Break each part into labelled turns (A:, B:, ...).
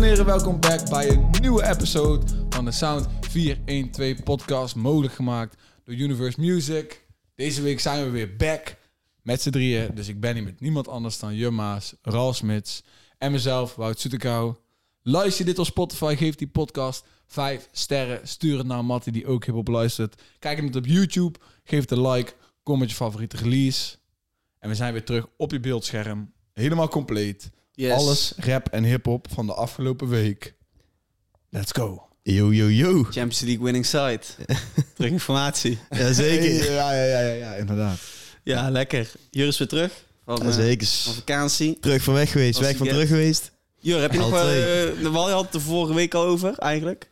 A: heren, welkom back bij een nieuwe episode van de Sound 412 podcast. Mogelijk gemaakt door Universe Music. Deze week zijn we weer back met z'n drieën. Dus ik ben hier met niemand anders dan Jumma's, Ralf Smits en mezelf, Wout Soetekau. Luister je dit op Spotify, geef die podcast 5 sterren. Stuur het naar Matty die ook hip-hop luistert. Kijk hem op YouTube, geef het een like, kom met je favoriete release. En we zijn weer terug op je beeldscherm. Helemaal compleet.
B: Yes.
A: Alles rap en hip-hop van de afgelopen week. Let's go.
C: Yo, yo, yo.
B: Champions League winning side. terug informatie.
C: Jazeker.
A: Ja, ja, ja, ja, ja, inderdaad.
B: Ja, lekker. Jur is weer terug van, eh,
C: Jazeker.
B: van vakantie.
C: Terug van weg geweest,
B: Was
C: weg van
B: die
C: terug geweest.
B: Jur, heb je nog wel...
C: Altijd.
B: eh, we hadden het de vorige week al over, eigenlijk.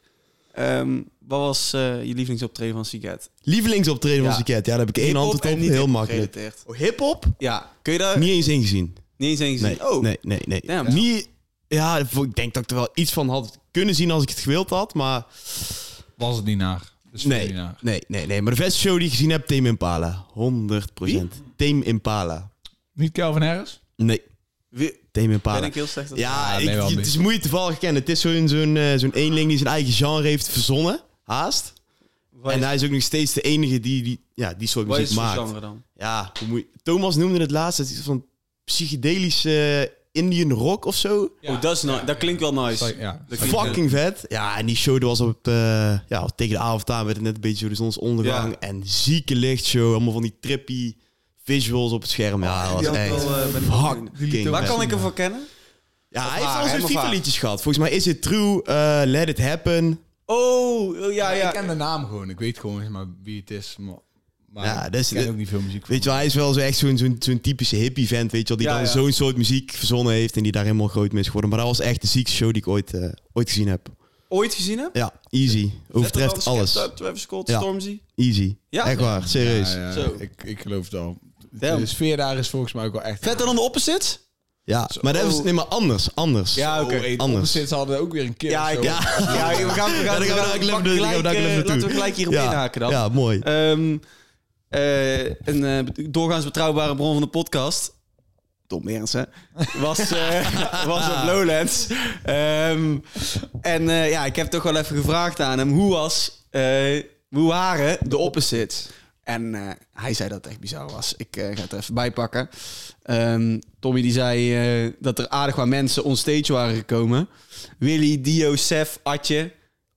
B: Ehm, wat was eh, je lievelingsoptreden van Siget?
C: Lievelingsoptreden
B: Ja.
C: van Siket. Ja, daar heb ik één
B: Hip-hop
C: antwoord
B: en
C: op.
B: niet
C: Heel
B: hip-hop
C: makkelijk.
B: gerelateerd.
C: Oh, hip-hop?
B: Ja, kun je daar
C: Niet eens ingezien.
B: niet eens eens
C: Nee,
B: zien? Oh,
C: nee, nee. nee.
B: Damn.
C: Niet, ja, ik denk dat ik er wel iets van had kunnen zien als ik het gewild had, maar
A: Was het niet naar. Dus viel
C: nee.
A: Niet naar.
C: Nee, nee, nee. Maar de beste show die ik gezien heb, Tame Impala. 100%. Tame Impala.
A: Niet Calvin Harris?
C: Nee,
B: wie-
C: Tame Impala.
B: ben ik heel Ah, slecht. op-
C: Ja,
A: Ja,
C: ik-
A: nee, wel een
C: het is moeilijk toevallig kennen. Het is zo'n zo'n eh, zo'n eenling die zijn eigen genre heeft verzonnen. Haast.
B: Wat
C: en
B: is-
C: hij is ook nog steeds de enige die die, ja, die soort
B: wat
C: muziek
B: is het voor
C: maakt.
B: genre dan?
C: Ja, hoe moet je- Thomas noemde het laatst. Het is van psychedelische Indian rock of zo.
B: oh, dat, is nou- dat klinkt wel nice.
A: Sorry, ja.
B: Dat klinkt-
C: Fucking vet. Ja, en die show die was op, eh, ja, tegen de avond aan. Werd het net een beetje zo de zonsondergang.
B: Ja.
C: En zieke lichtshow. Allemaal van die trippy visuals op het scherm. Ja, dat
B: die
C: was
B: had ik
C: echt
B: wel, eh, ben ik wel
C: fucking
B: Waar
C: vet.
B: kan ik hem voor kennen?
C: Ja, hij
B: Of
C: heeft
B: haar,
C: al
B: hem
C: zijn
B: of haar?
C: FIFA-liedjes gehad. Volgens mij is het True, eh, Let It Happen.
B: Oh, oh, ja,
A: Ik
B: ja.
A: ken de naam gewoon. Ik weet gewoon zeg maar wie het is. Maar, maar
C: Ja, dat is-
A: ik ken ook niet veel muziek van.
C: Weet je wel, hij is wel zo echt zo'n zo'n zo'n typische hippie vent, weet je wel, die
B: Ja,
C: dan
B: ja.
C: zo'n soort muziek verzonnen heeft en die daar helemaal groot mee is geworden. Maar dat was echt de ziekste show die ik ooit, eh, ooit gezien heb.
B: Ooit gezien hem?
C: Ja, easy. Overtreft
B: Letterman,
C: alles.
B: Skepta, Travis Scott,
C: Ja.
B: Stormzy.
C: Easy.
B: Ja.
C: echt waar, serieus.
A: Ja,
C: Ja,
A: ja,
B: Zo.
A: ik, ik geloof het al.
B: Damn.
A: De sfeer daar is volgens mij ook wel echt...
B: Vetter dan de opposites?
C: maar dat is nee, maar anders, anders.
B: Ja, oké.
C: anders.
A: Sinds hadden we ook weer een keer
B: Ja,
A: of zo.
B: ik, ja. ja, we gaan, we gaan,
C: daar gaan we dadelijk
B: pakken
C: naartoe, daar gaan we
B: gelijk,
C: dadelijk
B: eh,
C: naartoe.
B: Laten we gelijk hierop inhaken dan.
C: ja, mooi.
B: Ehm, eh, een eh, doorgaans betrouwbare bron van de podcast. Tom Merens, hè? Was, eh, was op Lowlands. Ehm, en eh, ja, ik heb toch wel even gevraagd aan hem. Hoe was, eh, hoe waren de opposites? En eh, hij zei dat het echt bizar was. Ik eh, ga het er even bij pakken. Ehm, Tommy die zei eh, dat er aardig wat mensen onstage waren gekomen. Willy, Dio, Sef, Atje.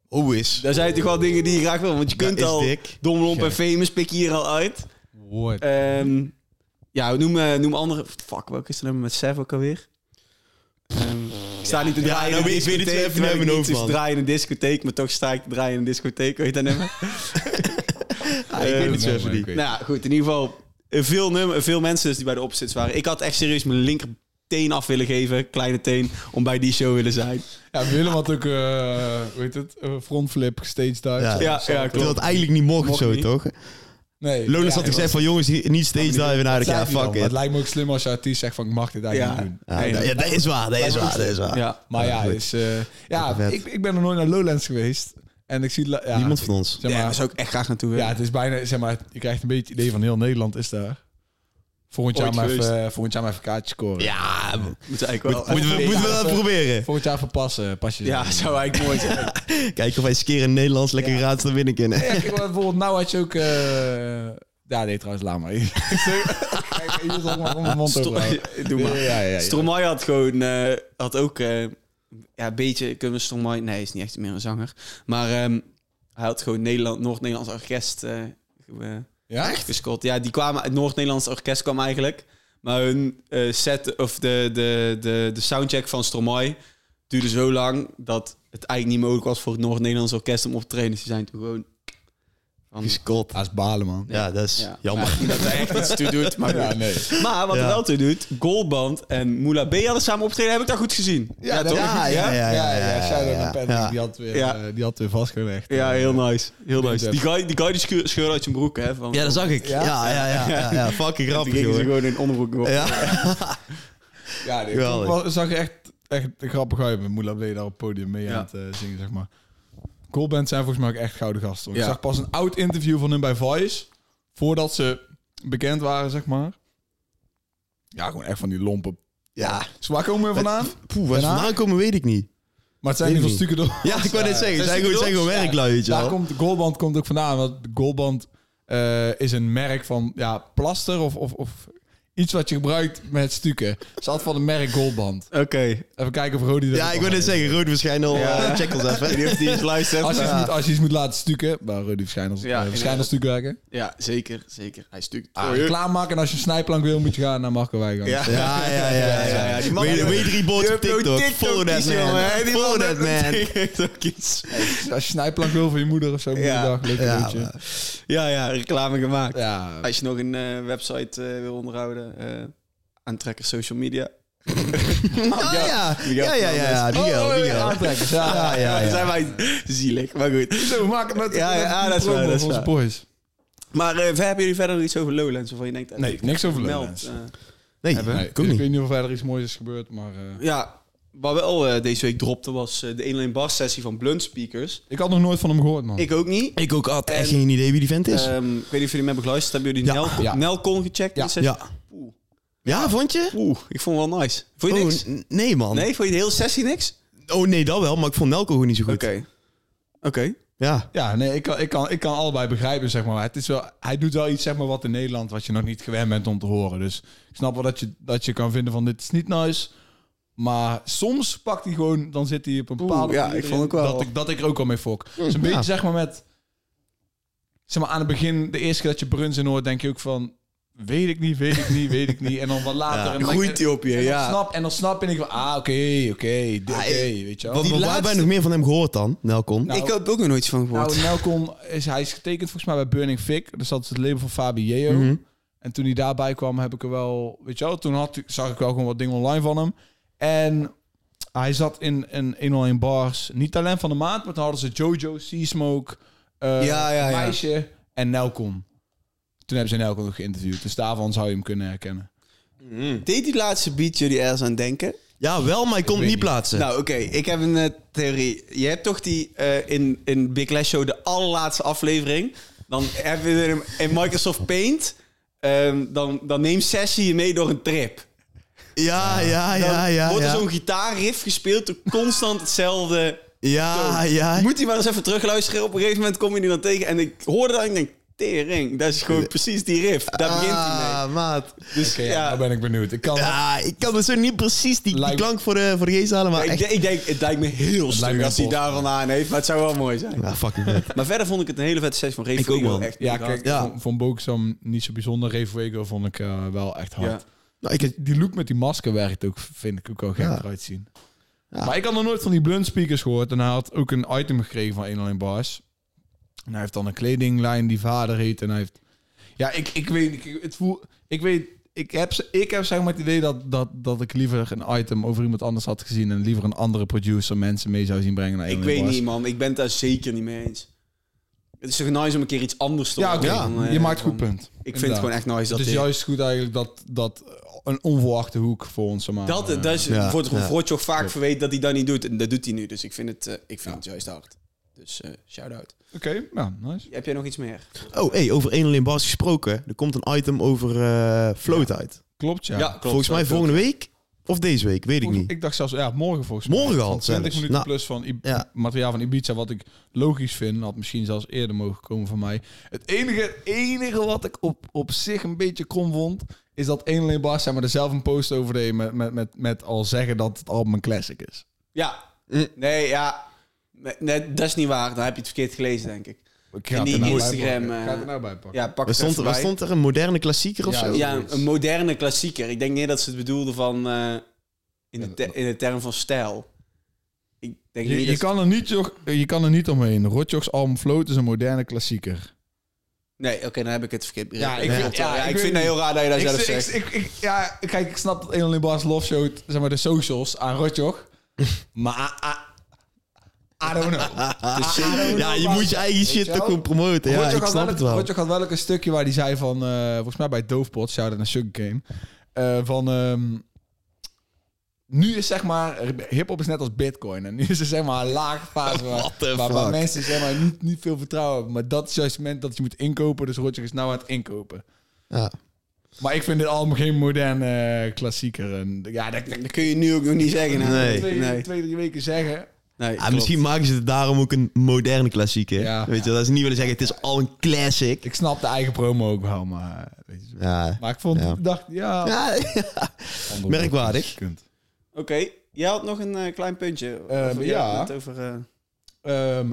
C: Hoe is?
B: Daar zijn toch wel dingen die je graag wil. Want je
C: Dat
B: kunt
C: is
B: al
C: dik.
B: Domlomp en
A: Gek.
B: Famous pik je hier al uit.
A: Word.
B: Ehm, ja, noem, eh, noem andere... Fuck, welke is er nummer met Sef ook alweer? Ehm, ik sta niet te
C: Ja,
B: draaien
C: nou,
B: in een
C: ik weet het
B: discotheek.
C: even
B: terwijl
C: uit
B: ik
C: mijn
B: niet
C: hoofd,
B: eens
C: man.
B: draai in een discotheek, maar toch sta ik te draaien in een discotheek. Weet je dat nummer?
C: ik
B: Ehm,
C: weet het zo
A: nee,
C: even
A: maar ik
C: niet.
A: weet-
B: nou ja, goed. In ieder geval eh, veel, nummer, veel mensen dus die bij de opzits waren. Ik had echt serieus mijn linkerteen af willen geven. Kleine teen. Om bij die show willen zijn.
A: Ja, Willem had ook, eh hoe heet het, Eh, frontflip steeds daar.
C: Ja.
B: Ja, ja,
C: Terwijl
B: klopt.
C: het eigenlijk niet mocht,
B: Mocht
C: zo,
B: niet.
C: toch?
A: Nee.
C: Lones
B: Ja,
C: had gezegd van, jongens, hier- niet steeds diven naar de
A: Zei
C: ja,
A: hij dan,
C: fuck
A: maar Het
C: it.
A: lijkt me ook slim als je artiest zegt van ik mag dit eigenlijk
B: Ja.
A: niet doen.
C: Ja,
B: Nee,
C: dat-
B: dat-
C: ja, dat is waar, dat is waar, dat is waar.
B: Ja.
A: Maar ja,
C: goed.
A: dus, eh, ja
C: vet.
A: ik, ik ben nog nooit naar Lowlands geweest. En ik zie... la- Ja,
C: Niemand van ons.
A: Zeg
B: Ja,
A: maar,
B: daar zou ik echt graag naartoe willen.
A: Ja, het is bijna, zeg maar, je krijgt een beetje het idee van heel Nederland is daar. Volgend jaar,
B: Ooit
A: maar
B: geweest.
A: even, eh, volgend jaar maar even kaartje scoren.
C: Ja, mo-
B: Moeten we eigenlijk wel...
C: moeten we, moeten we dat
A: Ja.
C: proberen.
A: Volgend jaar verpassen, pas je
B: ja, zou eigenlijk mooi zijn.
C: Kijken of wij eens een keer in Nederlands lekker raadsel winnen kunnen.
A: Ja, kijk, maar bijvoorbeeld, nou had je ook... eh ja, nee, trouwens, laat maar. Kijk, hier is allemaal om de mond
B: Sto-
A: over. houden.
B: Doe maar.
A: Ja, ja, ja, ja.
B: Stromae had gewoon... eh, had ook... eh, ja, een beetje... Kunnen we Stromae... Nee, hij is niet echt meer een zanger. Maar ehm, hij had gewoon Nederland, Noord-Nederlands orkest eh, ge- eh,
A: Ja?
B: gescoord. Ja, die kwamen... Het Noord-Nederlands orkest kwam eigenlijk. Maar hun eh, set... Of de, de, de, de soundcheck van Stromae duurde zo lang... dat het eigenlijk niet mogelijk was voor het Noord-Nederlands orkest om op te treden. Dus die zijn toen gewoon... Van,
C: Gescot.
A: Dat is balen, man.
C: Ja, dat is
B: Ja.
C: jammer.
B: Nou, niet dat hij echt iets toe doet, maar
A: Ja,
B: goed.
A: nee.
B: Maar wat er
C: Ja.
B: wel toe doet, Goldband en Moula B hadden samen opgetreden. Heb ik dat goed gezien?
A: dat
B: toch?
A: heb ik
C: Ja,
A: gezien.
C: ja, ja, ja, ja, ja,
A: shout-out
C: ja.
A: naar Patrick,
C: Ja.
A: Die, had weer,
B: Ja.
A: eh, die had weer vastgelegd.
B: Ja,
A: Eh,
B: heel nice. Heel nice.
A: heb-
B: Die guy die, guy die scheur- scheurde uit zijn broek, hè? Van,
C: Ja, dat zag ik.
A: Ja?
C: Ja, ja, ja. ja, ja, Fucking
B: Toen
C: grappig,
B: gingen ze
C: hoor.
B: gewoon in onderbroek op.
C: Ja.
A: Ja, nee,
C: Geweldig.
A: toen was- zag je echt, echt grappig uit met Moela B daar op het podium mee aan het eh, zingen, zeg maar. Coolbands zijn volgens mij ook echt gouden gasten. hoor.
B: Ja.
A: Ik zag pas een oud interview van hun bij Vice, voordat ze bekend waren, zeg maar. Ja, gewoon echt van die lompen.
C: Ja.
A: Dus waar komen we vandaan?
C: Poeh, waar ze
A: Daarna?
C: vandaan komen weet ik niet.
A: Maar het zijn in ieder geval stukken door.
D: Ja, ik wou net zeggen. Zijn gewoon, zijn gewoon werklui, weet je
A: Daar
D: wel.
A: komt Goldband komt ook vandaan. Want Goldband eh, is een merk van ja, plaster of, of, of iets wat je gebruikt met stukken. Ze had van het merk Goldband.
D: Oké.
A: Even kijken of Rodi dat
D: Ja,
A: ook
D: ik wil
A: al
D: net
A: weet.
D: zeggen, Rood waarschijnlijk al.
B: Ja.
D: eh, check ons even. Ik weet niet of die eens luistert.
A: Als je, iets
D: maar-
A: moet, als je iets moet laten stukken, maar Rodi waarschijnlijk
B: Ja,
A: ja,
B: inderdaad.
A: stuk werken.
B: Ja, zeker, zeker. Hij stuurt.
A: Ah, klaarmaken en als je een snijplank wil, moet je gaan naar Marco Wijngaard.
B: Ja.
D: Ja, ja, ja. ja, ja, ja. Die man-
B: Weet- weet
D: Je hebt nou
B: op TikTok.
D: Follow that
B: TikTokies, jongen, hè?
D: man.
B: Die
D: Follow
B: man
D: that
B: heeft
D: man.
A: Dus Als je snijplank wil voor je moeder of zo, moederdag, leuk
D: ja,
A: cadeautje.
D: maar- Ja, ja, reclame gemaakt.
A: Ja,
B: Als je nog een eh, website eh, wil onderhouden, eh aantrekker social media.
D: Ah, ja.
B: Miguel
D: Ja, ja, ja, ja.
A: Oh,
D: Miguel,
A: oh, ja,
D: Miguel.
A: aantrekkers, ja.
D: Ja, ja,
B: Dan
D: ja.
B: zijn wij zielig, maar goed.
A: Zo, we maken het met,
D: Ja, ja,
A: met
D: dat is
A: promo
D: waar, dat is
A: voor onze
D: waar.
A: boys.
B: Maar eh, hebben jullie verder nog iets over Lowlands? Waarvan je denkt, eh,
A: Nee,
B: ik
A: niks over
B: meld,
A: Lowlands.
B: eh,
D: Nee, ik
A: Hebben.
D: ook
A: ik
D: niet.
A: weet niet of er verder iets moois is gebeurd, maar... eh,
B: ja, wat wel eh, deze week dropte was eh, de 1-1 bar sessie van Blunt Speakers.
A: ik had nog nooit van hem gehoord, man.
B: Ik ook niet.
D: Ik ook had echt
B: En-
D: geen idee wie die vent is.
B: Ehm, ik weet niet of jullie hem hebben geluisterd. Hebben jullie
D: Ja.
B: Nelcon,
A: Ja.
B: Nelcon gecheckt?
A: Ja.
B: Die sessie?
D: Ja.
B: Oeh.
D: Ja, vond je?
B: Oeh, ik vond het wel nice. Vond je
D: Oh,
B: niks?
D: n- nee, man.
B: Nee, vond je de hele sessie niks?
D: Oh, nee, dat wel, maar ik vond Nelco gewoon niet zo goed.
B: Oké. Oké.
D: Ja.
A: Ja, nee, ik kan, ik, kan, ik kan allebei begrijpen, zeg maar. Het is wel, hij doet wel iets, zeg maar, wat in Nederland... wat je nog niet gewend bent om te horen. Dus ik snap wel dat je, dat je kan vinden van... dit is niet nice, maar soms pakt hij gewoon... dan zit hij op een
B: Oeh,
A: bepaalde
B: ja,
A: manier
B: ik vond ook
A: in
B: wel.
A: Dat ik, dat ik er ook al mee fok. Dus een beetje, zeg maar, met... Zeg maar, aan het begin, de eerste keer dat je Bruns in hoort... denk je ook van... weet ik niet, weet ik niet, weet ik niet. En dan wat later...
D: Ja,
A: en dan-
B: Groeit die op je,
A: en dan
B: ja.
A: Snap, en dan snap ik van... ah, oké, oké, dit- oké,
D: Ah, ik-
A: weet je wel.
D: Wat, wat, waar
B: laatste-
D: ben je nog meer van hem gehoord dan, Nelcon?
A: Nou,
B: ik heb ook nog nooit van gehoord.
A: Nou, Nelcon is, hij is getekend volgens mij bij Burning Fik. Dus dat is het label van Fabi Yeo.
D: Mhm.
A: En toen hij daarbij kwam, heb ik er wel, weet je wel, toen had, ik- zag ik wel gewoon wat dingen online van hem. En hij zat in een 101 bars, niet talent van de maand, maar toen hadden ze Jojo, Seasmoke, eh
D: Ja, ja, ja.
A: Meisje en Nelcon. Toen hebben ze Nelcon geïnterviewd, dus daarvan zou je hem kunnen herkennen.
B: Deed die laatste beat jullie ergens aan denken?
D: Ja, wel, maar ik kon het
A: weet
D: niet
A: niet.
D: plaatsen.
B: Nou, oké. Ik heb een eh, theorie. Je hebt toch die eh, in, in Big Lash Show de allerlaatste aflevering. Dan hebben we hem in Microsoft Paint. Ehm, dan, dan neemt Sessie je mee door een trip.
D: ja, ja,
B: Dan
D: ja, ja.
B: Nou, wordt er
D: ja.
B: zo'n gitaarriff gespeeld door constant hetzelfde.
D: Ja, Ah, ja.
B: Moet hij maar eens even terugluisteren. Op een gegeven moment kom je die dan tegen. En ik hoorde dat en ik denk, tering, dat is gewoon precies die riff. Daar begint hij mee.
D: Ah, maat.
A: Dus ja,
B: ja.
A: nou ben ik benieuwd. Ik kan
D: Ja, ik kan het zo niet precies die, die
A: Lijkt-
D: klank voor de, voor de geest halen, maar
B: Ik,
D: echt...
B: denk- ik denk, het lijkt me heel
A: lijkt
B: stuk
A: me
B: als hij
A: impossible.
B: daar vandaan heeft. Maar het zou wel mooi zijn.
D: Ja, fucking vet.
B: Maar verder vond ik het een hele vette sessie van Ray
D: Ik ook,
B: Frigo,
D: man.
B: Echt,
A: ja, kijk,
D: Ja.
A: van, van Boksam niet zo bijzonder. Revuego vond ik eh, wel echt hard.
B: Ja.
D: Nou, ik heb-
A: die look met die masker werkt ook, vind ik ook wel gek
D: Ja.
A: eruit zien. Maar ik had nog nooit van die blunt speakers gehoord. En hij had ook een item gekregen van 101 Bars. En hij heeft dan een kledinglijn die vader heet. En hij heeft... Ja, ik, ik weet... Ik, het voel, ik weet... Ik heb, ze- ik heb zeg maar het idee dat, dat, dat ik liever een item over iemand anders had gezien... en liever een andere producer mensen mee zou zien brengen naar
B: Ik
A: 101
B: weet
A: Bars.
B: niet, man. Ik ben het daar zeker niet mee eens. Het is toch nice om een keer iets anders te
A: Ja, oké.
B: horen dan, eh,
A: je maakt goed
B: van-
A: punt.
B: Ik vind het gewoon echt nice dat
A: Het is
B: dit-
A: juist goed eigenlijk dat, dat een onverwachte hoek voor ons... zeg maar,
B: dat,
A: eh,
B: dat is
D: Ja,
B: wordt
D: ja.
B: wordt je ook vaak verweten dat hij dat niet doet. En dat doet hij nu. Dus ik vind het, eh, ik vind het juist hard. Dus eh, shout-out.
A: Oké, ja, nice.
B: Heb jij nog iets meer?
D: Oh, hey, over 1 alleen bars gesproken. Er komt een item over eh float uit.
A: Klopt, ja.
D: Volgens mij volgende week of deze week, weet ik
A: Volgens-
D: niet.
A: Ik dacht zelfs, ja, morgen volgens mij.
D: Morgen al
A: Van 20
D: zelfs.
A: minuten
D: Nou,
A: plus van I-
D: ja.
A: materiaal van Ibiza, wat ik logisch vind. Had misschien zelfs eerder mogen komen van mij. Het enige, enige wat ik op, op zich een beetje krom vond, is dat 1 alleen Bas zeg maar, er zelf een post over deed met, met, met, met al zeggen dat het album een classic is.
B: Ja. Nee, ja. Nee, nee, dat is niet waar. Dan heb je het verkeerd gelezen, denk ik.
A: Ik
B: In
A: het
B: die
A: er nou bij pakken.
B: Instagram,
A: Ik ga het er
B: eh,
A: nou bij pakken.
B: Ja, pak
D: Waar
B: het
D: stond,
B: even
D: waar
B: bij.
D: stond er een moderne klassieker of
A: Ja,
D: zo?
A: ook.
B: Ja, een moderne klassieker. Ik denk niet dat ze het bedoelden van... eh, in, de te- in de term van stijl. Ik denk
A: Je,
B: niet
A: je,
B: dat ze-
A: kan er niet, jog- je kan er niet omheen. Rotjoch's album Float is een moderne klassieker.
B: Nee, oké, dan heb ik het verkeerd begrepen.
A: Ja, ik vind- ja, ik
B: ik
A: weet
B: vind het
A: niet.
B: heel raar dat je dat
A: Ik,
B: zelf
A: ik,
B: zegt.
A: ik, ik- ja, kijk, ik snap dat 1 alleen Bas Love showt, zeg maar, de socials aan Rotjoch. maar... I, I- I don't know.
D: Ja, je moet je eigen shit
A: je
D: toch
A: wel?
D: gewoon promoten. Ja,
A: Rotjoch
D: ik
A: had
D: snap het wel.
A: Rotjoch had wel ook een stukje waar hij zei van... eh, volgens mij bij Doofpot, shout-out naar Sugarcane. eh van... ehm, nu is zeg maar... Hiphop is net als bitcoin. En nu is er zeg maar een laag fase waar,
D: What the
A: waar, waar
D: fuck?
A: mensen zeg maar niet, niet veel vertrouwen hebben. Maar dat is juist het moment dat je moet inkopen. Dus Rotjoch is nou aan het inkopen.
D: Ja.
A: Maar ik vind dit allemaal geen moderne eh, klassieker. En, ja, dat, dat-
B: Dat kun je nu ook nog niet zeggen. hè?
D: Nee.
A: twee,
B: nee.
A: twee, drie weken zeggen.
D: Nee,
C: Ja,
D: klopt.
C: misschien maken ze het daarom ook een moderne klassieker.
A: Ja.
C: Weet je, wel, dat is niet willen zeggen, het is al een classic.
A: Ik snap de eigen promo ook wel, maar... eh, Weet je,
C: Ja.
A: maar ik vond,
C: Ja.
A: dacht, ja...
C: Ja,
A: ander
C: merkwaardig.
A: woord dus kunt.
B: Oké, jij had nog een eh, klein puntje.
A: Eh,
B: Of jij
A: ja.
B: had het over, eh,
A: Ehm,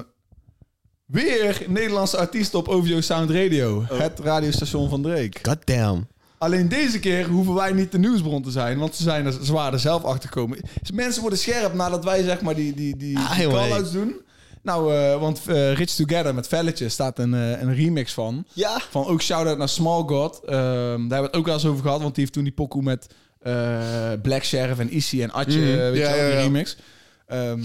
A: weer Nederlandse artiest op OVO Sound Radio.
C: Oh.
A: Het radiostation van Drake.
C: God damn.
A: Alleen deze keer hoeven wij niet de nieuwsbron te zijn, want ze, zijn er, ze waren er zelf achter gekomen. Dus mensen worden scherp nadat wij zeg maar die, die, die,
C: Ah,
A: die
C: jongen.
A: call-outs doen. Nou, eh, want eh, Rich Together met Velletje staat een, eh, een remix van.
C: Ja.
A: Van ook shout-out naar Small God. Ehm, daar hebben we het ook wel eens over gehad, want die heeft toen die pokoe met eh, Black Sheriff en Issy en Atje, eh, weet
D: Mm. Ja,
A: je wel, die
D: ja, ja.
A: remix. Ehm,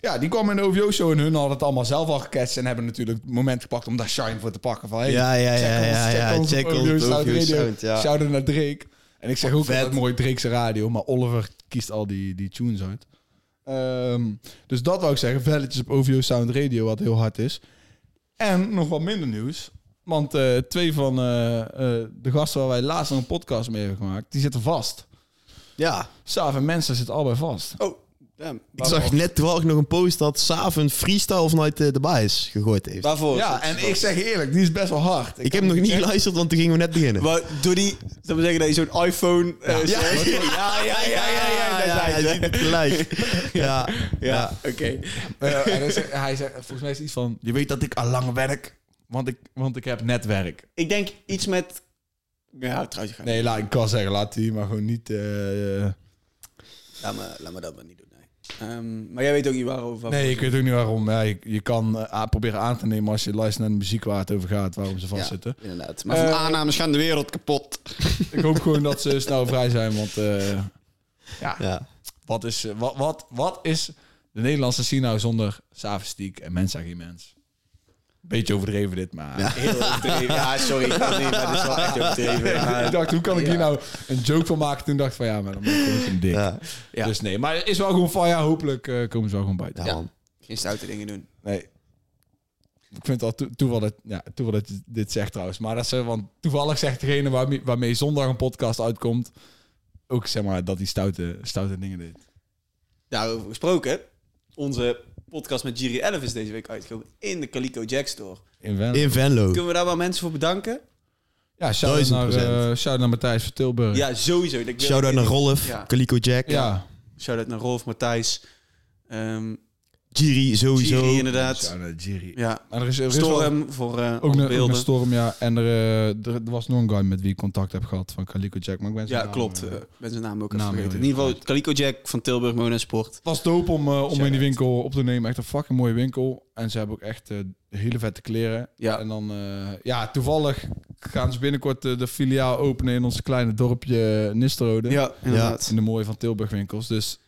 A: ja, die kwam in de OVO-show en hun hadden het allemaal zelf al gecatcht en hebben natuurlijk het moment gepakt om daar Shine voor te pakken. Van, hey,
C: Ja, ja, ja, ja, ja. Check
A: op
C: ons
A: OVO Sound
C: OVO
A: Radio.
C: Sound, ja.
A: Shout-out naar Drake. En ik zeg ook
C: Vet.
A: altijd mooi Drake's radio, maar Oliver kiest al die, die tunes uit. Ehm, dus dat wou ik zeggen. Velletjes op OVO Sound Radio, wat heel hard is. En nog wat minder nieuws. Want eh, twee van eh, eh, de gasten waar wij laatst nog een podcast mee hebben gemaakt, die zitten vast.
C: Ja.
A: Saaf en Mensen zitten allebei vast.
B: Oh, damn.
C: Ik zag net terwijl ik nog een post had, Saaf een freestyle vanuit eh, de bias gegooid heeft.
B: Waarvoor?
A: Ja, en ik zeg je eerlijk, die is best wel hard.
C: Ik heb nog niet geluisterd, want toen gingen we net beginnen.
B: Wa- Door die, zou ik zeggen dat je zo'n iPhone... eh, zo-
C: Ja, ja, ja,
B: daar
C: ja,
B: zijn
C: hij
B: ze.
C: ziet het gelijk. Ja, ja.
B: Oké.
A: Eh, en hij zegt, hij zegt, volgens mij is het iets van, je weet dat ik al lang werk, want ik, want ik heb netwerk.
B: Ik denk iets met... Ja, trouwens, ik ga
A: Nee, laat, ik kan zeggen, laat die maar gewoon niet... eh, eh.
B: Laat, me, laat me dat maar niet doen. Nee. Ehm, maar jij weet ook niet waarover.
A: nee, ik weet ook niet waarom. Ja, je, je kan eh, aan- proberen aan te nemen als je luistert naar de muziek waar het over gaat, waarom ze vastzitten.
D: Inderdaad. Maar van aannames gaan de wereld kapot.
A: Ik hoop gewoon dat ze snel vrij zijn, want eh,
C: ja.
A: wat, is, eh, wat, wat, wat is de Nederlandse scene nou zonder Savistiek en Mens? Beetje overdreven dit, maar...
B: Heel overdreven. Ja, sorry. Nee, maar dat is wel echt overdreven. Ja.
A: ik dacht, hoe kan ik hier nou een joke van maken? Toen dacht ik van, ja, maar dan ben ik ook een dik.
C: Ja.
B: Ja.
A: Dus nee, maar het is wel gewoon van, ja, hopelijk eh, komen ze wel gewoon buiten.
C: Ja, man.
B: Geen stoute dingen doen.
A: Nee. Ik vind het al toe- toeval dat, ja, toeval dat je dit zegt trouwens. Maar dat ze, want toevallig zegt degene waarmee, waarmee zondag een podcast uitkomt, ook zeg maar dat hij stoute, stoute dingen deed.
B: Daarover gesproken. Onze podcast met Jiri 11 is deze week uitgekomen in de Calico Jack Store.
A: In Ven.
C: In Venlo.
B: Kunnen we daar wel mensen voor bedanken?
A: Ja, shout-out naar,
C: 1000%.
A: eh, shout-out naar Matthijs van Tilburg.
B: Ja, sowieso. Ik wil-
C: Shout-out naar Rolf,
B: Ja.
C: Calico Jack,
A: ja.
B: Shout-out naar Rolf, Matthijs. Ehm
C: Giri sowieso.
B: Jiri inderdaad.
A: Shout-out naar Jiri.
B: Ja.
A: En er is, er is wel-
B: Storm voor eh,
A: ook een, ook een
B: beelden.
A: storm, ja. En er, eh, er, er was nog een guy met wie ik contact heb gehad van Calico Jack. Maar ik ben zijn
B: Ja,
A: naam,
B: klopt.
A: eh,
B: Eh, Ik ben zijn naam ook even
A: naam
B: vergeten. In
A: heel
B: ieder geval Calico Jack van Tilburg Mona Sport.
A: Het was dope om, eh, om in die winkel op te nemen. Echt een fucking mooie winkel. En ze hebben ook echt eh, hele vette kleren.
B: Ja.
A: En dan, eh, ja, toevallig gaan ze binnenkort eh, de filiaal openen in ons kleine dorpje Nisterode.
B: Ja, inderdaad.
A: In de mooie van Tilburg winkels. Dus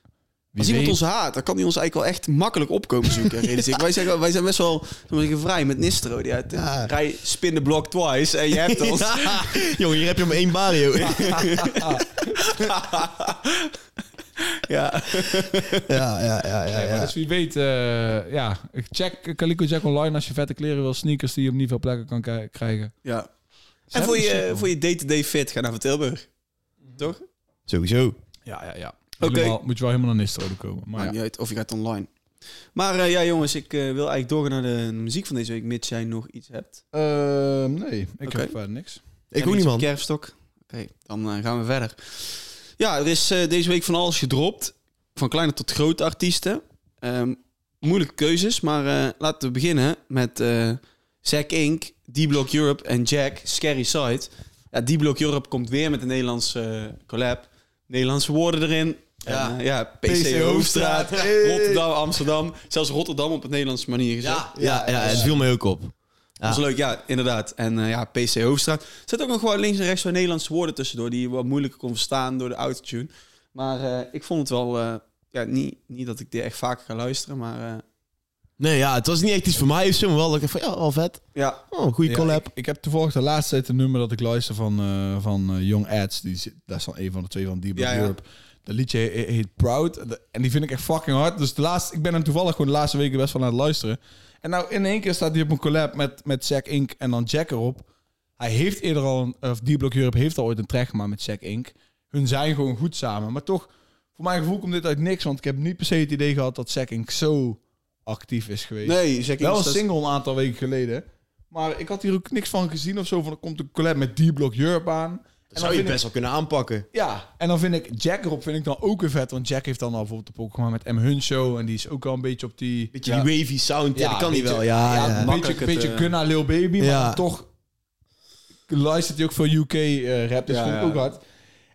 A: wie
B: Als iemand
A: weet-
B: ons haat, dan kan hij ons eigenlijk wel echt makkelijk opkomen zoeken. realiseer ik. wij, zeggen, wij zijn best wel zullen we zeggen, vrij met Nistro. Ja, het-
C: Ja.
B: Rij spin de blok twice en je hebt ons.
C: Ja. Jongen, hier heb je hem één Mario. Ja,
B: Ja.
C: ja, ja, ja. ja,
A: Ja, maar Dus wie weet, eh, ja, check Calico Jack online als je vette kleren wil. Sneakers die je op niet veel plekken kan ki- krijgen.
B: ja.
A: Ze
B: En voor
A: hebben shit,
B: je,
A: man.
B: voor je day-to-day fit, ga naar Van Tilburg. Toch?
C: Sowieso.
A: Ja, ja, ja.
B: Oké.
A: Helemaal- Moet je wel helemaal naar Nisterode komen. Maar
B: Maakt
A: ja.
B: niet uit of je gaat online. Maar eh, ja, jongens, ik eh, wil eigenlijk doorgaan naar de muziek van deze week, mits jij nog iets hebt.
A: Ehm, nee, ik
B: Oké.
A: heb verder niks.
C: Ik
B: En
C: ook
B: iets
C: niet,
B: op
C: man.
B: Kerfstok. Oké, dan eh, gaan we verder. Ja, er is eh, deze week van alles gedropt. Van kleine tot grote artiesten. Ehm, moeilijke keuzes, maar eh, laten we beginnen met eh Zack Inc., D-Block Europe en Jack, Scary Side. Ja, D-Block Europe komt weer met een Nederlandse eh, collab. Nederlandse woorden erin. Ja,
C: Ja.
B: ja PC,
C: PC
B: Hoofdstraat,
C: Hey.
B: Rotterdam, Amsterdam. Zelfs Rotterdam op het Nederlandse manier gezet.
C: Ja, ja, ja, het viel mij ook op. Ja.
B: Dat is leuk, ja, inderdaad. En eh, ja, PC Hoofdstraat. Er zitten ook nog gewoon links en rechts wat Nederlandse woorden tussendoor... die je wat moeilijker kon verstaan door de autotune. Maar eh, ik vond het wel... eh, ja, niet, niet dat ik dit echt vaker ga luisteren, maar... eh,
C: Nee, ja, het was niet echt iets voor mij of zo, maar wel dat ik dacht van, ja, al vet.
B: ja,
C: Oh, goede
A: Ja,
C: collab.
A: ik, ik heb toevallig de laatste tijd een nummer dat ik luister van, eh, van eh, Young Ads. Die, zit- dat is dan een van de twee van Deep
B: Ja, ja.
A: Europe. Dat liedje he- he- heet Proud. En de- En die vind ik echt fucking hard. Dus de laatste, ik ben hem toevallig gewoon de laatste weken best wel aan het luisteren. En nou, in één keer staat hij op een collab met, met Zack Inc. en dan Jack erop. Hij heeft eerder al, een, of Deep Block Europe heeft al ooit een track gemaakt met Zack Inc. Hun zijn gewoon goed samen. Maar toch, voor Voor mijn gevoel komt dit uit niks, want ik heb niet per se het idee gehad dat Zack Inc. zo actief is geweest.
B: Nee, zeg ik
A: Wel een
B: eens, dat-
A: single een aantal weken geleden. Maar ik had hier ook niks van gezien of zo. Van er komt een collab met D-Block Europe aan. En
C: Dat zou je
A: vind
C: best wel kunnen aanpakken.
A: ik- ja, en dan vind ik Jack erop vind ik dan ook weer vet. Want Jack heeft dan al bijvoorbeeld de Pokémon met M. Hun Show. En die is ook al een beetje op die...
C: Beetje
A: ja,
C: die wavy sound, ja,
A: Ja,
C: dat kan
A: beetje-
C: die wel. Ja, ja,
A: een beetje,
B: makkelijk
A: beetje
B: het, eh,
A: Gunna Lil Baby. Maar
C: Ja.
A: dan toch eh, luistert hij ook veel UK eh, rap. Dus
B: Ja,
A: vind ik
B: ja.
A: ook hard.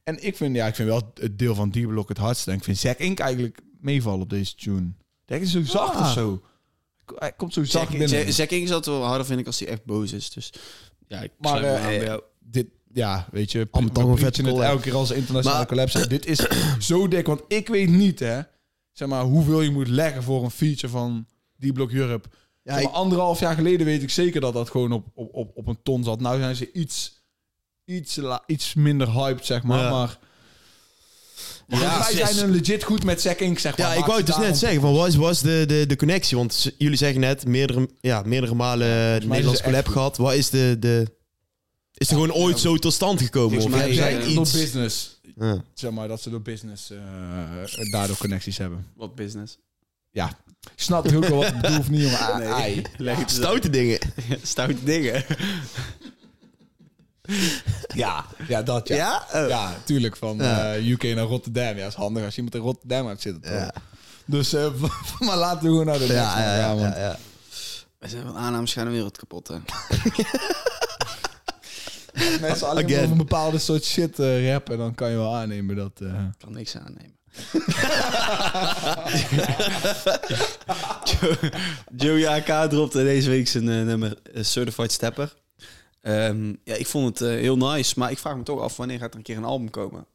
A: En ik vind, ja, ik vind wel het deel van D-Block het hardste. En ik vind Zack Inc. eigenlijk meevallen op deze tune. Denk is zo zacht
C: Ah.
A: of zo. Hij komt zo zacht
B: Zack
A: binnen.
B: Zack Ing is altijd wel harder, vind ik, als hij echt boos is. Dus ja, ik
A: Maar,
B: sluit me
A: eh,
B: aan bij jou.
A: dit, ja, weet je,
C: Allemaal toch een
A: we
C: vette
A: preachen het
C: collab.
A: elke keer als internationale
C: Maar-
A: collab. zijn. Dit is zo dik, want ik weet niet, hè, zeg maar, hoeveel je moet leggen voor een feature van die blok Europe.
C: Ja,
A: Zeg maar, anderhalf jaar geleden weet ik zeker dat dat gewoon op, op, op, op een ton zat. Nou zijn ze iets, iets, la- iets minder hyped, zeg maar.
C: Ja.
A: maar
C: Ja,
A: wij
C: zes-
A: zijn een legit goed met Zack Inc, zeg maar.
C: Ja, ik
A: Maak
C: wou het
A: ze
C: dus net
A: daarom-
C: zeggen. Van, wat is- wat is de, de, de connectie? Want ze- jullie zeggen net meerdere, ja, meerdere malen eh, de
A: mij is
C: Nederlandse
A: het echt
C: collab gehad. Wat is de... de is er gewoon ooit zo tot stand gekomen? Of
B: Volgens mij
C: hebben
A: Zij
B: Ja,
C: zij
A: zijn door
C: iets...
A: business,
C: Ja.
A: zeg maar, dat ze door business eh, daardoor connecties hebben.
B: Wat business.
A: Ik snap natuurlijk wel wat ik bedoel of niet, jongen. Ah, ai.
B: Leg het
C: Stoute dingen.
B: stout dingen.
A: Ja, ja dat ja. Ja,
B: Ja? Eh,
A: tuurlijk. Van
C: Ja.
A: eh, UK naar Rotterdam. Ja, is handig als je iemand in Rotterdam hebt zitten.
C: Ja.
A: toch? Dus, eh, maar laten we gewoon naar de
C: Ja,
A: next
C: ja,
A: man.
C: ja,
A: man.
C: ja, ja.
B: We zijn van aannames gaan de wereld kapot, hè.
A: Mensen alleen maar
C: Again.
A: over een bepaalde soort shit eh rappen. En dan kan je wel aannemen dat... eh,
B: kan niks aannemen. Joey AK dropte deze week zijn eh, nummer eh, Certified Stepper. Ehm, ja, ik vond het eh, heel nice, maar ik vraag me toch af wanneer gaat er een keer een album komen.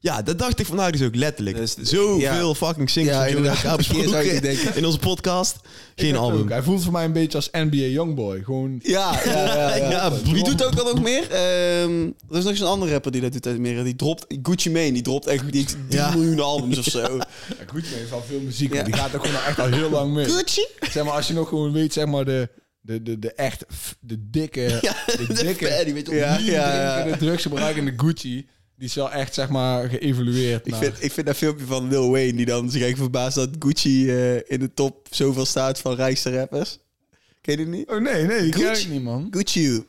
C: Ja, dat dacht ik vandaag dus ook letterlijk.
B: Dus-
C: Zoveel fucking singles
B: Ja,
C: van Joey
B: inderdaad.
C: elkaar
B: Een keer zou ik denken.
C: in onze podcast.
A: ik
C: Geen
A: heb
C: album.
A: ook. Hij voelt voor mij een beetje als NBA Youngboy. Gewoon...
B: Ja,
C: Ja,
B: Wie doet ook dat nog meer? Ehm, er is nog eens een andere rapper die dat doet uit Amerika. Die dropt Gucci Mane. Die dropt echt die 3
C: Ja.
B: miljoen albums of zo.
A: Ja, goed, maar heeft al veel muziek.
B: Ja.
A: maar Die gaat er gewoon al echt al heel lang mee.
B: Gucci?
A: Zeg maar, als je nog gewoon weet, zeg maar, de... De, de, de echt, f- de dikke, de dikke,
C: Ja, die weet je wel.
A: ja,
B: Ja, ja, ja.
A: de drugsgebruik en de Gucci, die is wel echt, zeg maar, geëvalueerd.
B: Ik
A: naar-
B: vind, ik vind dat filmpje van Lil Wayne, die dan zich eigenlijk verbaast dat Gucci eh, in de top zoveel staat van rijkste rappers. Ken je die niet?
A: Oh nee, nee, die ken ik
B: Gucci.
A: niet, man.
B: Gucci.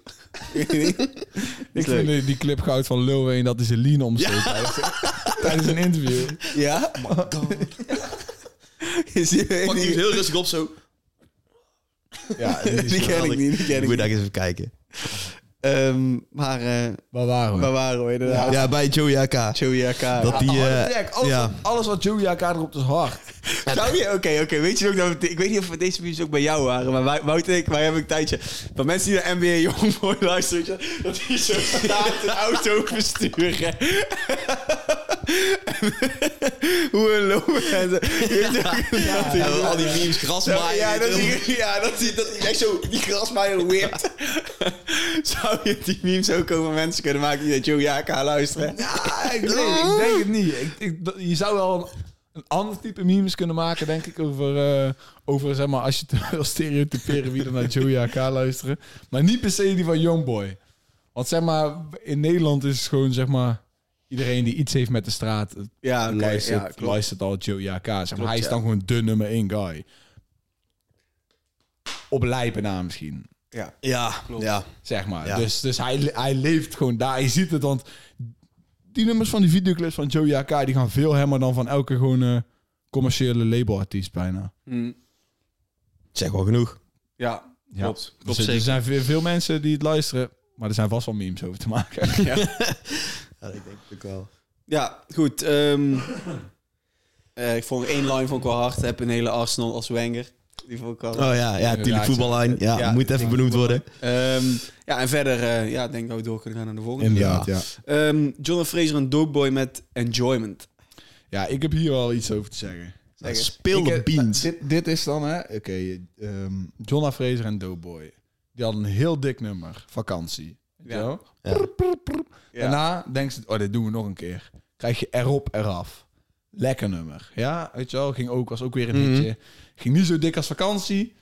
B: Ken je die niet?
A: Ik
B: leuk.
A: vind die, die clip goud van Lil Wayne dat is een lean omsteek tijdens- tijdens een interview.
B: ja? Oh my god. Is die,
C: Pak die
B: die,
C: heel rustig op zo.
A: Ja, dit is-
B: die ken ik niet, die ken ik
C: Ik moet
B: niet.
C: daar eens even kijken.
B: Ehm, maar eh
A: waar waren
B: waar
A: we?
B: waren we inderdaad?
C: Ja, bij Joey AK.
B: Joey Ah, AK.
C: Dat die...
B: oh,
A: Harde
C: eh,
A: track, alles,
C: ja.
A: wat, alles wat Joey AK erop is hard.
B: Zou je? Oké, oké. Weet je nog dat we- Ik weet niet of we deze video's ook bij jou waren, maar wij, Wout en ik, wij hebben een tijdje... Van mensen die naar NBA Jongboy luisteren, weet je, dat die zo staat een auto besturen. Hoe een lopen en zo. Weet je ook dat die-
C: Ja, al die memes, grasmaaien.
B: Ja, dat die, ja, dat die, dat die echt zo die grasmaaier whipt. Zou je die memes ook over mensen kunnen maken die naar Joey AK luisteren?
A: Ja, ik, nee, ik denk het niet. Ik, ik- dat- je zou wel een, een ander type memes kunnen maken, denk ik, over, eh, over zeg maar, als je te wil stereotyperen wie er naar Joey AK luisteren. Maar niet per se die van Youngboy. Want zeg maar, in Nederland is het gewoon, zeg maar, iedereen die iets heeft met de straat, het
B: Ja, oké.
A: luistert,
B: ja, klopt.
A: luistert al Joey AK. Zeg maar,
B: Klopt,
A: hij is
B: ja.
A: dan gewoon de nummer één guy. Op lijpen na misschien
B: Ja.
C: Ja, ja.
A: zeg maar.
C: Ja.
A: Dus, dus hij, le- hij leeft gewoon daar. Je ziet het, want die nummers van die videoclips van Joey AK... die gaan veel hemmer dan van elke gewoon eh, commerciële labelartiest bijna.
B: Hm,
C: Zeg wel genoeg.
B: ja.
A: Ja.
B: Klopt.
A: Dus
C: zeker.
A: er, er zijn veel, veel mensen die het luisteren... maar er zijn vast wel memes over te maken.
C: Ja, ik denk ook wel.
B: Ja, goed. ehm, eh, ik vond één line vond ik wel hard. Heb een hele Arsenal als Wenger. Die vond ik wel.
C: Oh ja, ja,
A: Inderdaad,
C: natuurlijk voetballijn. Ja,
B: ja,
C: moet even benoemd worden.
B: Ehm, ja, en verder, eh, ja, ik denk dat we door kunnen gaan naar de volgende.
A: Inderdaad, ja.
B: Ehm, John Fraser en Dopeboy met Enjoyment.
A: Ja, ik heb hier wel iets over te zeggen.
B: Zeg eens.
C: Speel de
A: Ik, eh,
C: beans.
A: nou, Dit, dit is dan, hè? Oké, ehm, Jonna Fraser en Doughboy. Die hadden een heel dik nummer, vakantie. Weet je
B: Ja.
A: wel?
C: Ja.
A: Prr, prr, prr.
B: Ja.
A: Daarna denken ze, oh, dit doen we nog een keer. Krijg je erop, eraf. Lekker nummer. Ja, weet je wel, ging ook, was ook weer een
C: Mhm.
A: hitje. Ging niet zo dik als vakantie.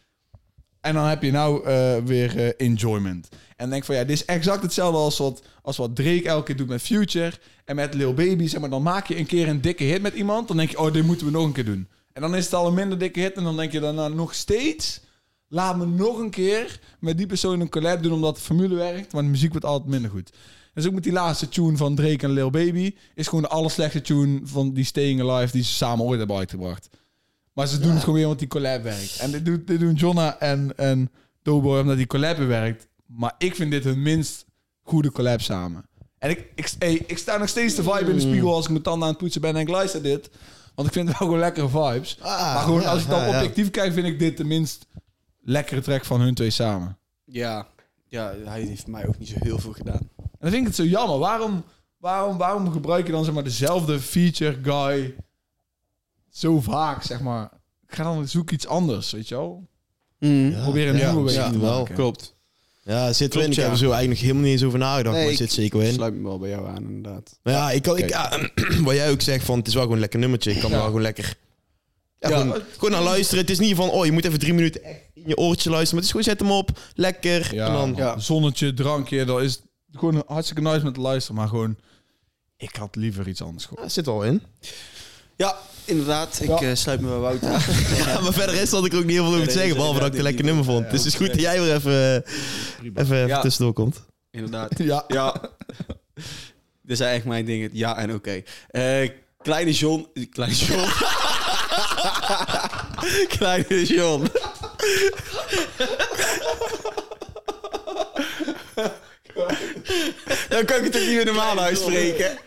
A: En dan heb je nou eh, weer eh, enjoyment. En denk van ja, dit is exact hetzelfde als wat, als wat Drake elke keer doet met Future en met Lil Baby. Zeg maar, dan maak je een keer een dikke hit met iemand. Dan denk je, oh, dit moeten we nog een keer doen. En dan is het al een minder dikke hit. En dan denk je daarna nog steeds, laat me nog een keer met die persoon een collab doen omdat de formule werkt. Want de muziek wordt altijd minder goed. Dus ook met die laatste tune van Drake en Lil Baby is gewoon de allerslechtste tune van die Staying Alive die ze samen ooit hebben uitgebracht. Maar ze doen het gewoon weer omdat die collab werkt. En dit, doet, dit doen Jonna en, en Doughboy omdat die collab weer werkt. Maar ik vind dit hun minst goede collab samen. En ik, ik, hey, ik sta nog steeds te vibe in de spiegel als ik mijn tanden aan het poetsen ben en ik luister dit. Want ik vind het wel gewoon lekkere vibes.
C: Ah,
A: maar gewoon
C: ja,
A: als ik dan
C: ja, ja.
A: objectief kijk, vind ik dit de minst lekkere track van hun twee samen.
B: Ja. ja, hij heeft mij ook niet zo heel veel gedaan.
A: En dan vind ik het zo jammer. Waarom, waarom, waarom gebruik je dan zeg maar dezelfde feature guy zo vaak, zeg maar? Ga dan zoek iets anders, weet je wel?
B: Mhm.
C: Ja,
A: Probeer een
C: ja,
A: nieuwe
C: misschien
A: weg te
C: wel.
A: maken.
B: Klopt.
C: Ja, zit erin.
B: Klopt,
C: Ik
B: ja.
C: heb er zo eigenlijk nog helemaal niet eens over nagedacht,
B: Nee,
C: maar
B: ik-
C: het zit zeker wel in.
B: Sluit me wel bij jou aan, inderdaad.
C: Maar ja, ik kan, ik, ja, wat jij ook zegt, van, het is wel gewoon een lekker nummertje. Ik kan er
A: Ja.
C: wel gewoon lekker... Ja,
A: Ja.
C: Gewoon, gewoon naar luisteren. Het is niet van, oh, je moet even drie minuten echt in je oortje luisteren. Maar het is gewoon, zet hem op. Lekker.
A: Ja,
C: En dan,
A: ja. zonnetje, drankje, dat is gewoon hartstikke nice met luisteren, maar gewoon, ik had liever iets anders gehoord.
C: Ja, zit al in.
B: Ja, inderdaad. Ik
A: Ja.
B: eh, sluit me bij Wouter aan.
C: Ja, maar verder is dat ik er ook niet heel veel over
B: Nee, dat
C: te zeggen.
B: is
C: Behalve dat ik
B: inderdaad
C: het een lekker nummer vond. Dus het is goed dat jij weer even, eh, even, even
B: Ja.
C: tussendoor komt.
B: inderdaad.
A: Ja,
B: Ja. Dit zijn echt mijn dingen. Ja en oké. Eh, kleine John... eh, Kleine John. kleine John. Dan kan ik het ook niet meer normaal uitspreken.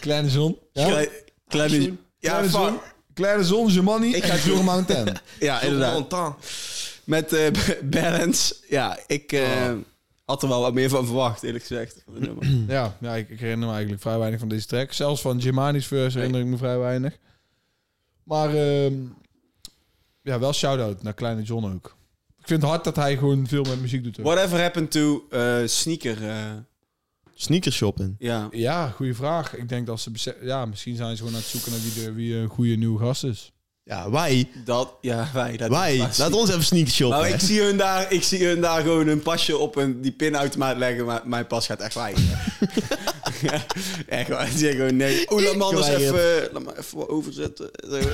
A: kleine zon. Ja?
B: Klei- Kleine... Ja,
A: Kleine zon.
B: fuck.
A: Kleine zon, Jemani. Ik ga Jure Mountain.
B: ja, inderdaad. Met eh, b- Balance. Ja, ik eh,
A: Oh.
B: had er wel wat meer van verwacht, eerlijk gezegd. van het nummer.
A: ja, ja ik, ik herinner me eigenlijk vrij weinig van deze track. Zelfs van Jemani's verse herinner ik me vrij weinig. Maar ehm, ja, wel shout-out naar Kleine John ook. Ik vind het hard dat hij gewoon veel met muziek doet. ook.
B: Whatever happened to eh, sneaker? eh,
C: Sneakers shoppen.
B: ja.
A: Ja, goede vraag. Ik denk dat ze beseffen... Ja, misschien zijn ze gewoon aan het zoeken naar wie, de, wie een goede nieuwe gast is.
C: Ja, wij.
B: Dat, ja, wij. Dat
C: Wij.
B: maar-
C: Laat ons even sneakers shoppen.
B: Nou, ik zie, hun daar, ik zie hun daar gewoon een pasje op een, die pinautomaat leggen, maar mijn pas gaat echt wij. echt waar. Ik zeg gewoon nee. Oh, laat me anders
C: Weigert.
B: even, laat me even wat overzetten. Zo, eh,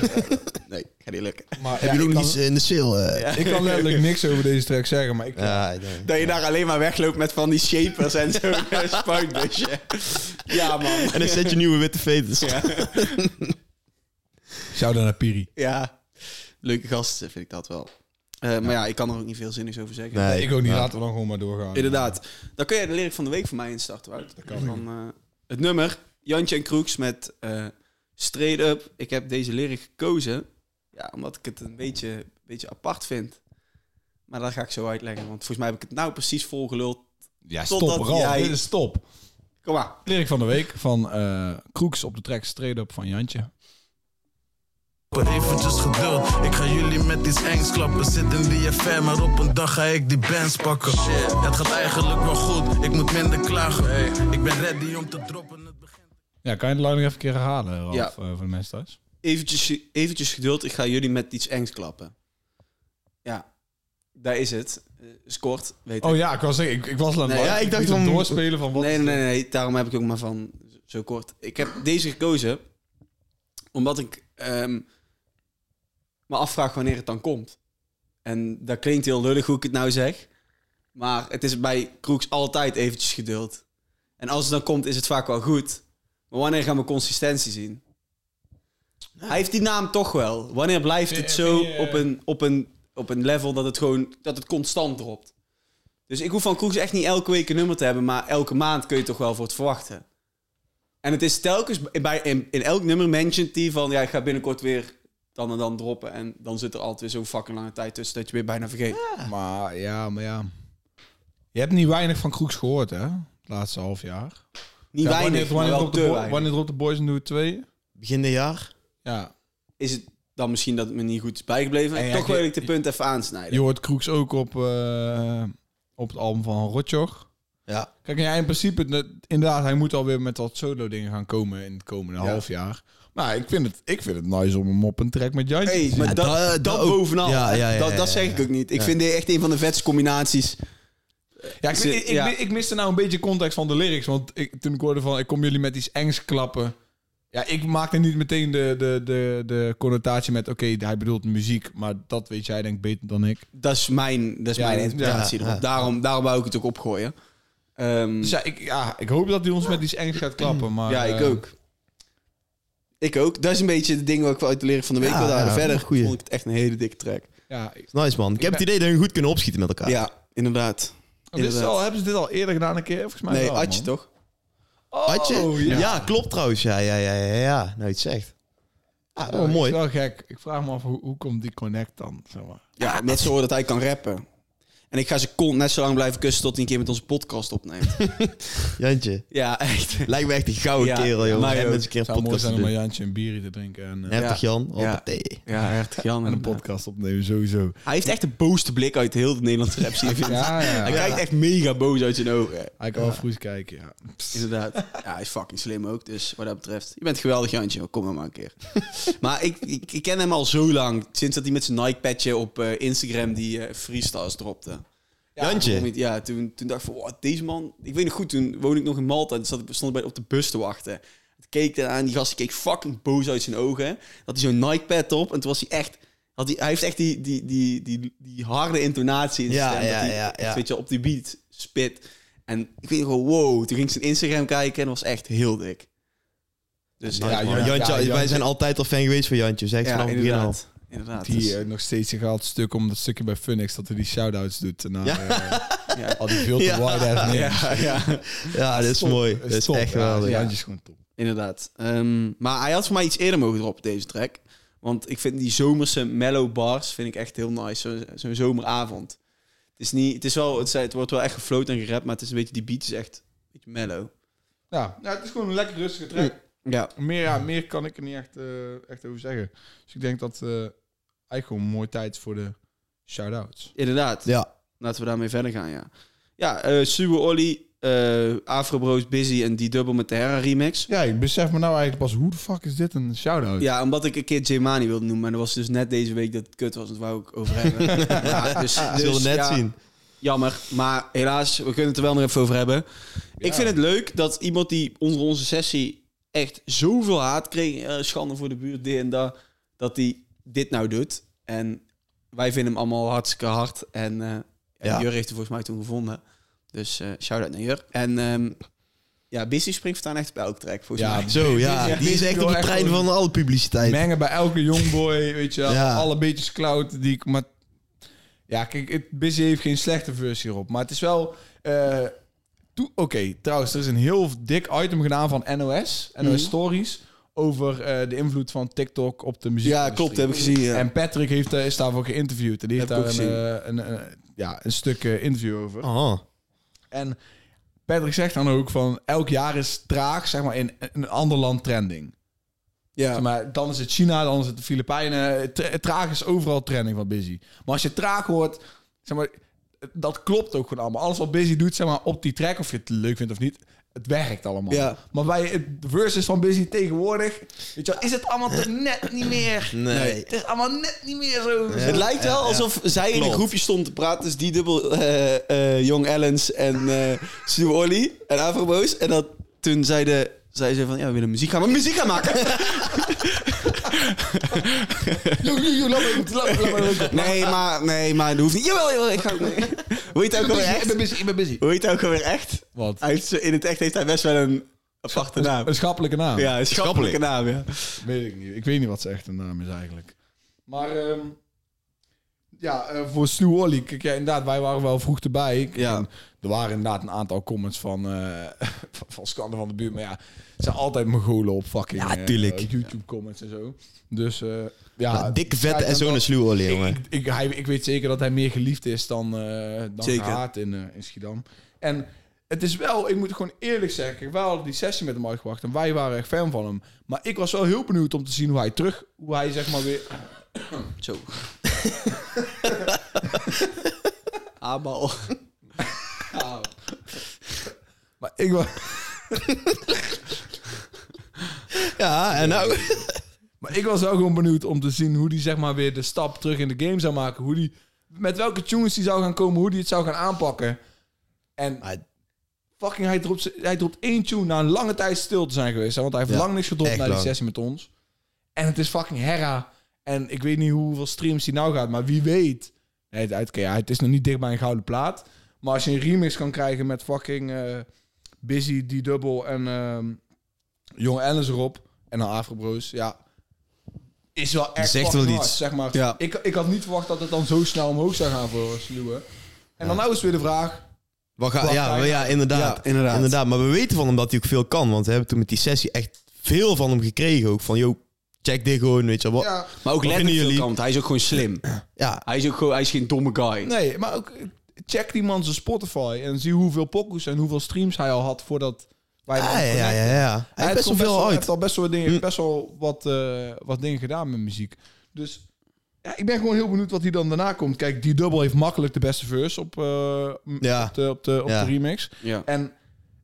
B: Nee, gaat niet lukken.
A: Maar
C: Heb
A: ja,
C: je
A: ik
C: nog
A: kan-
C: iets in de sale? eh?
B: Ja.
A: Ik kan letterlijk niks over deze track zeggen, maar ik...
C: Ja, ik denk-
B: Dat je daar alleen maar wegloopt met van die shapers en zo'n eh, spuitbusje. Ja, man.
C: En ik zet je nieuwe witte fetus.
B: Ja.
A: Shout-out naar Piri.
B: ja. Leuke gasten vind ik dat wel. Eh, Maar ja, ik kan er ook niet veel zinnigs over zeggen.
C: Nee.
A: Ik ook niet,
C: Ja.
A: laten we dan gewoon maar doorgaan.
B: Inderdaad. Dan kun je de lyric van de week voor mij instarten, Wout. Dat
A: kan
B: van, eh, Het nummer, Jantje en Kroeks met eh Straight Up. Ik heb deze lyric gekozen, ja, omdat ik het een beetje, een beetje apart vind. Maar dat ga ik zo uitleggen, want volgens mij heb ik het nou precies volgeluld.
A: Ja,
B: Totdat
A: stop, Ralf.
B: jij-
A: Dit is stop.
B: Kom maar.
A: Lyric van de week van eh Kroeks op de track Straight Up van Jantje.
E: Maar eventjes geduld, ik ga jullie met iets engs klappen. Zit in die FM, maar op een dag ga ik die bands pakken. Het gaat eigenlijk wel goed, ik moet minder klagen. Ik ben ready om te droppen, het begint.
A: Ja, kan je de line nog even een keer herhalen, Ralf,
B: Ja.
A: eh, voor de mensen thuis?
B: eventjes, eventjes geduld, ik ga jullie met iets engs klappen. Ja, daar is het. Eh, is kort, weet
A: Oh
B: ik.
A: ja, ik was, ik, ik was
B: Nee, ja, ik
C: dacht
A: van...
C: van-
A: doorspelen van wat...
B: Nee, nee, nee, nee, daarom heb ik ook maar van zo kort. Ik heb deze gekozen omdat ik ehm, me afvraag wanneer het dan komt. En dat klinkt heel lullig hoe ik het nou zeg. Maar het is bij Kroeks altijd eventjes geduld. En als het dan komt, is het vaak wel goed. Maar wanneer gaan we consistentie zien? Hij heeft die naam toch wel. Wanneer blijft het zo
A: vind je-
B: op een, op een, op een level dat het gewoon dat het constant dropt? Dus ik hoef van Kroeks echt niet elke week een nummer te hebben, maar elke maand kun je toch wel voor het verwachten. En het is telkens bij, in, in elk nummer mentioned die van ja, ik ga binnenkort weer dan en dan droppen. En dan zit er altijd weer zo'n fucking lange tijd tussen dat je weer bijna vergeet.
A: Maar ja, maar ja. Je hebt niet weinig van Kroeks gehoord, hè? Het laatste half jaar.
B: Niet
A: Ja,
B: weinig, maar
A: wanneer,
B: wel
A: dropt
B: te
A: de, boy-
B: weinig.
A: wanneer dropt de Boys and Do 2?
C: Begin dit jaar.
A: Ja,
B: Is het dan misschien dat het me niet goed is bijgebleven?
A: En ja,
B: toch
A: ik-
B: wil ik de punt even aansnijden.
A: Je hoort Kroeks ook op, eh, op het album van Rotjoch.
C: Ja.
A: Kijk, en ja, in principe, net- inderdaad, hij moet alweer met wat solo dingen gaan komen in het komende half jaar. Maar ik vind, het, ik vind het nice om hem op een track met Jai
B: Hey, maar
C: Ja,
B: dat, dat,
C: dat- dat ook.
B: bovenal.
C: Ja, ja, ja,
B: dat,
C: ja,
B: dat
C: ja,
B: zeg
C: ja.
B: ik ook niet. Ik vind dit echt een van de vetste combinaties.
A: Ja, ik,
B: Ze-
A: ik, ik,
B: ja.
A: ik miste nou een beetje context van de lyrics. Want ik, toen ik hoorde van, ik kom jullie met iets engs klappen. Ja, ik maakte niet meteen de, de, de, de connotatie met, oké, hij bedoelt muziek. Maar dat weet jij denk ik beter dan ik.
B: Dat is mijn, dat is
A: Ja,
B: mijn interpretatie
C: ja,
B: erop. Daarom, daarom wou ik het ook opgooien. Ehm,
A: Dus ja, ik, ja, ik hoop dat hij ons met iets engs gaat klappen. Maar,
B: ja, ik
A: eh,
B: ook. Ik ook. Dat is een beetje het ding wat ik wel uit de leren van de week
C: Ja,
B: wilde halen.
C: ja,
B: Verder
C: goeie.
B: vond ik het echt een hele dikke track.
A: Ja, ik-
C: Nice man. Ik heb het idee dat hun goed kunnen opschieten met elkaar.
B: Ja, inderdaad.
A: dit is
B: Inderdaad.
A: al, hebben ze dit al eerder gedaan een keer? Volgens mij
B: Nee,
A: wel,
B: Atje
A: man.
B: toch?
A: Oh,
C: Had je?
A: ja.
C: ja. klopt trouwens. Ja, ja, ja, ja. ja. Nou, iets zegt. Ah, oh, mooi.
A: Eh, Is wel gek. Ik vraag me af, hoe, hoe komt die connect dan? Zeg maar.
B: Ja, net zo hoor dat hij kan rappen. En ik ga ze kont net zo lang blijven kussen tot hij een keer met onze podcast opneemt.
C: Jantje.
B: ja, echt.
C: Lijkt me echt een gouden
B: Ja,
C: kerel, joh.
B: mij
C: Jij
B: ook.
C: bent eens een keer
A: zou
C: een
A: mooi
C: podcast
A: zijn
C: te
A: om een
C: doen.
A: Jantje een biertje te drinken en eh,
C: Hertog Jan.
B: Ja.
C: hoppatee.
B: Ja, echt. Jan
A: een podcast opnemen, sowieso.
B: Hij heeft echt de boosste blik uit heel de Nederlandse rap scene. vind ik.
A: Ja, ja.
B: Hij kijkt echt mega boos uit zijn ogen.
A: Hij kan wel vroeg kijken, ja.
B: Inderdaad. Ja, hij is fucking slim ook. Dus wat dat betreft. Je bent geweldig, Jantje. Kom maar, maar een keer. maar ik, ik, ik ken hem al zo lang. Sinds dat hij met zijn Nike-patje op eh, Instagram die eh, freestyles dropte. Ja,
C: Jantje?
B: waarom niet? Ja, toen, toen dacht ik van, wow, deze man... Ik weet nog goed, toen woonde ik nog in Malta. Dus zat, ik- stond ik bij, op de bus te wachten. Ik keek eraan, die gast keek fucking boos uit zijn ogen. Had hij zo'n Nike-pad op. En toen was hij echt... Had hij, hij heeft echt die, die, die, die, die harde intonatie in zijn
C: Ja,
B: stem. dat
C: ja,
B: hij
C: ja,
B: echt,
C: ja.
B: Weet je, op die beat spit. En ik weet gewoon, wow. Toen ging ik zijn Instagram kijken en dat was echt heel dik. Dus
C: Ja,
B: ja,
C: Jantje,
A: ja,
C: wij
A: Jantje.
C: zijn altijd al fan geweest van Jantje. Zeg het
B: ja,
C: vanaf het begin al.
B: inderdaad. Inderdaad.
A: Die
B: dus-
A: eh, nog steeds een gehaald stuk om dat stukje bij Funix dat hij die shout-outs doet. naar eh,
B: Ja.
A: Al die veel te
C: Ja.
A: wide ass names.
B: ja, ja.
C: Ja, dat is
A: Top.
C: mooi. Dat is
A: top,
C: echt
A: ja.
C: geweldig.
A: Jantje is gewoon top.
B: Inderdaad. Ehm, maar hij had voor mij iets eerder mogen droppen, deze track. Want ik vind die zomerse mellow bars vind ik echt heel nice. Zo- Zo'n zomeravond. Het, is niet, het, is wel, het, zijn- het wordt wel echt gefloat en gerapt, maar het is een beetje, die beat is echt een beetje mellow.
A: Ja. ja, het is gewoon een lekker rustige track.
B: Ja,
A: Meer, ja, meer kan ik er niet echt, eh, echt over zeggen. Dus ik denk dat eh eigenlijk gewoon een mooie tijd voor de shout-outs.
B: inderdaad.
C: Ja.
B: Laten we daarmee verder gaan, ja. Ja, eh Sue Olly, eh Afrobro's Busy en die dubbel met de Herra remix.
A: Ja, ik besef me nou eigenlijk pas hoe de fuck is dit een shout-out?
B: Ja, omdat ik een keer Jemani wilde noemen, maar dat was dus net deze week dat het kut was, dat wou ik over hebben. ja, dus,
C: Ze zullen
B: dus
C: net
B: ja,
C: zien.
B: Jammer, maar helaas, we kunnen het er wel nog even over hebben. Ik vind het leuk dat iemand die onder onze sessie echt zoveel haat kreeg, eh, schande voor de buurt, dit en dat, dat die dit nou doet. En wij vinden hem allemaal hartstikke hard. En, eh
C: Ja.
B: en Jur heeft hem volgens mij toen gevonden. Dus eh shout-out naar Jur. En ehm, ja, Bissy springt vandaan echt op elk track, volgens
A: Ja,
B: mij.
C: Zo, ja.
A: Ja,
C: Die is
A: die
C: echt
A: wil
C: op de
A: echt
C: trein
A: gewoon-
C: van alle publiciteit.
A: mengen bij elke jongboy, weet je wel.
C: Ja.
A: Alle beetjes cloud die ik... Maar ja, kijk, het, Busy heeft geen slechte versie hierop. Maar het is wel... eh, toe- Oké, trouwens, er is een heel dik item gedaan van NOS, NOS
B: Mhm.
A: Stories, over eh, de invloed van TikTok op de muziek.
B: Ja, klopt, heb ik gezien. Ja.
A: En Patrick heeft, eh, is daarvoor geïnterviewd. En die heeft
B: Heb ik
A: daar
B: ook
A: een, eh, een, eh, ja, een stuk eh, interview over.
C: Oh.
A: En Patrick zegt dan ook van... elk jaar is traag, zeg maar, in een ander land trending. Zeg
B: ja.
A: Maar dan is het China, dan is het de Filipijnen. Tra- Traag is overal trending van Busy. Maar als je traag hoort, zeg maar, dat klopt ook gewoon allemaal. Alles wat Busy doet, zeg maar, op die track, of je het leuk vindt of niet, het werkt allemaal.
B: Ja.
A: Maar bij het- de verses van Busy tegenwoordig, weet je wel, is het allemaal toch net niet meer.
C: Nee.
A: Het is allemaal net niet meer zo.
C: Ja.
A: zo-
B: Het lijkt wel alsof zij in een
C: Klopt.
B: groepje stond te praten. Dus die dubbel eh, eh, Young Ellens en eh Sue Olly en Afroboos. En dat, toen zeiden zij ze van, ja, we willen muziek gaan, maar muziek gaan maken.
A: Yo, yo, yo, laat maar goed, laat maar- laat maar goed.
B: nee, maar, nee, maar dat hoeft niet. Jawel, jawel, ik ga ook mee. Hoe heet hij ook alweer
A: Ik
B: echt?
A: ben busy, ik ben busy.
B: Hoe heet hij ook alweer echt?
A: Wat?
B: Hij heeft, zo- in het echt heeft hij best wel een aparte naam.
A: Een schappelijke naam.
B: Ja, een schappelijke naam, ja.
A: Weet ik niet. Ik weet niet wat zijn echte naam is eigenlijk. Maar ehm, ja, eh, voor Stu Wally, kijk, ja, inderdaad, wij waren wel vroeg erbij. Ik-
B: Ja.
A: en Er waren inderdaad een aantal comments van, eh van, van Skander van de buurt. Maar ja, het zijn altijd Mongolen op fucking
C: Ja,
A: eh,
C: tuurlijk.
A: YouTube-comments en zo. Dus eh, ja,
C: Ja, dikke vette
A: kijk,
C: en zo'n
A: dat-
C: sluwe olie,
A: ik,
C: jongen.
A: ik, ik- hij, ik weet zeker dat hij meer geliefd is dan, eh dan
B: Zeker.
A: gehaat in, eh, in Schiedam. En het is wel, ik moet gewoon eerlijk zeggen, kijk, wij hadden die sessie met hem uitgebracht en wij waren echt fan van hem. Maar ik was wel heel benieuwd om te zien hoe hij terug, hoe hij zeg maar weer...
B: Zo. Abal.
A: Nou. ik wou...
C: Ja, en nou...
A: Maar ik was wel gewoon benieuwd om te zien hoe die zeg maar weer de stap terug in de game zou maken. Hoe die, met welke tunes die zou gaan komen, hoe die het zou gaan aanpakken. En
C: Maar-
A: fucking, hij dropt, hij dropt één tune na een lange tijd stil te zijn geweest. Hè, want hij heeft
C: Ja,
A: lang niks gedropt
C: echt
A: na die
C: lang.
A: sessie met ons. En het is fucking Hera. En ik weet niet hoeveel streams die nou gaat, maar wie weet. Nee, het, oké, ja, het is nog niet dicht bij een gouden plaat. Maar als je een remix kan krijgen met fucking eh, Busy, D-Double en ehm Jong Ellis erop. En dan Afro Bros, ja. Is wel echt
C: Zegt
A: fucking
C: wel
A: hard,
C: iets.
A: zeg maar.
B: Ja.
A: Ik, ik had niet verwacht dat het dan zo snel omhoog zou gaan voor Sluwe. En dan nou is weer de vraag...
C: Wat ga-
A: Wat
C: ja,
A: ga je-
C: maar ja, inderdaad.
B: Ja, inderdaad.
C: Maar we weten van hem dat hij ook veel kan. Want we hebben toen met die sessie echt veel van hem gekregen. Ook van, joh, check dit gewoon, weet je wel. Ja.
A: Ja,
B: Maar ook
C: Wat
B: letterlijk
C: vinden
B: veel
C: jullie?
B: kant. Hij is ook gewoon slim. Hij is ook gewoon, hij is geen domme guy.
A: nee, maar ook... eh, Check die man zijn Spotify en zie hoeveel pokus en hoeveel streams hij al had voordat wij... hem
C: Ah, ja, ja,
A: connecten.
C: ja. ja. Hij
A: Hij
C: heeft best wel
A: komt
C: veel Hm.
A: hij
C: uit.
A: heeft al best wel, wat dingen, best wel wat, eh, wat dingen gedaan met muziek. Dus ja, ik ben gewoon heel benieuwd wat hij dan daarna komt. Kijk, die double heeft makkelijk de beste verse op, eh, m-
C: Ja.
A: op, de, op, de, op
C: Ja.
A: de remix.
B: Ja.
A: En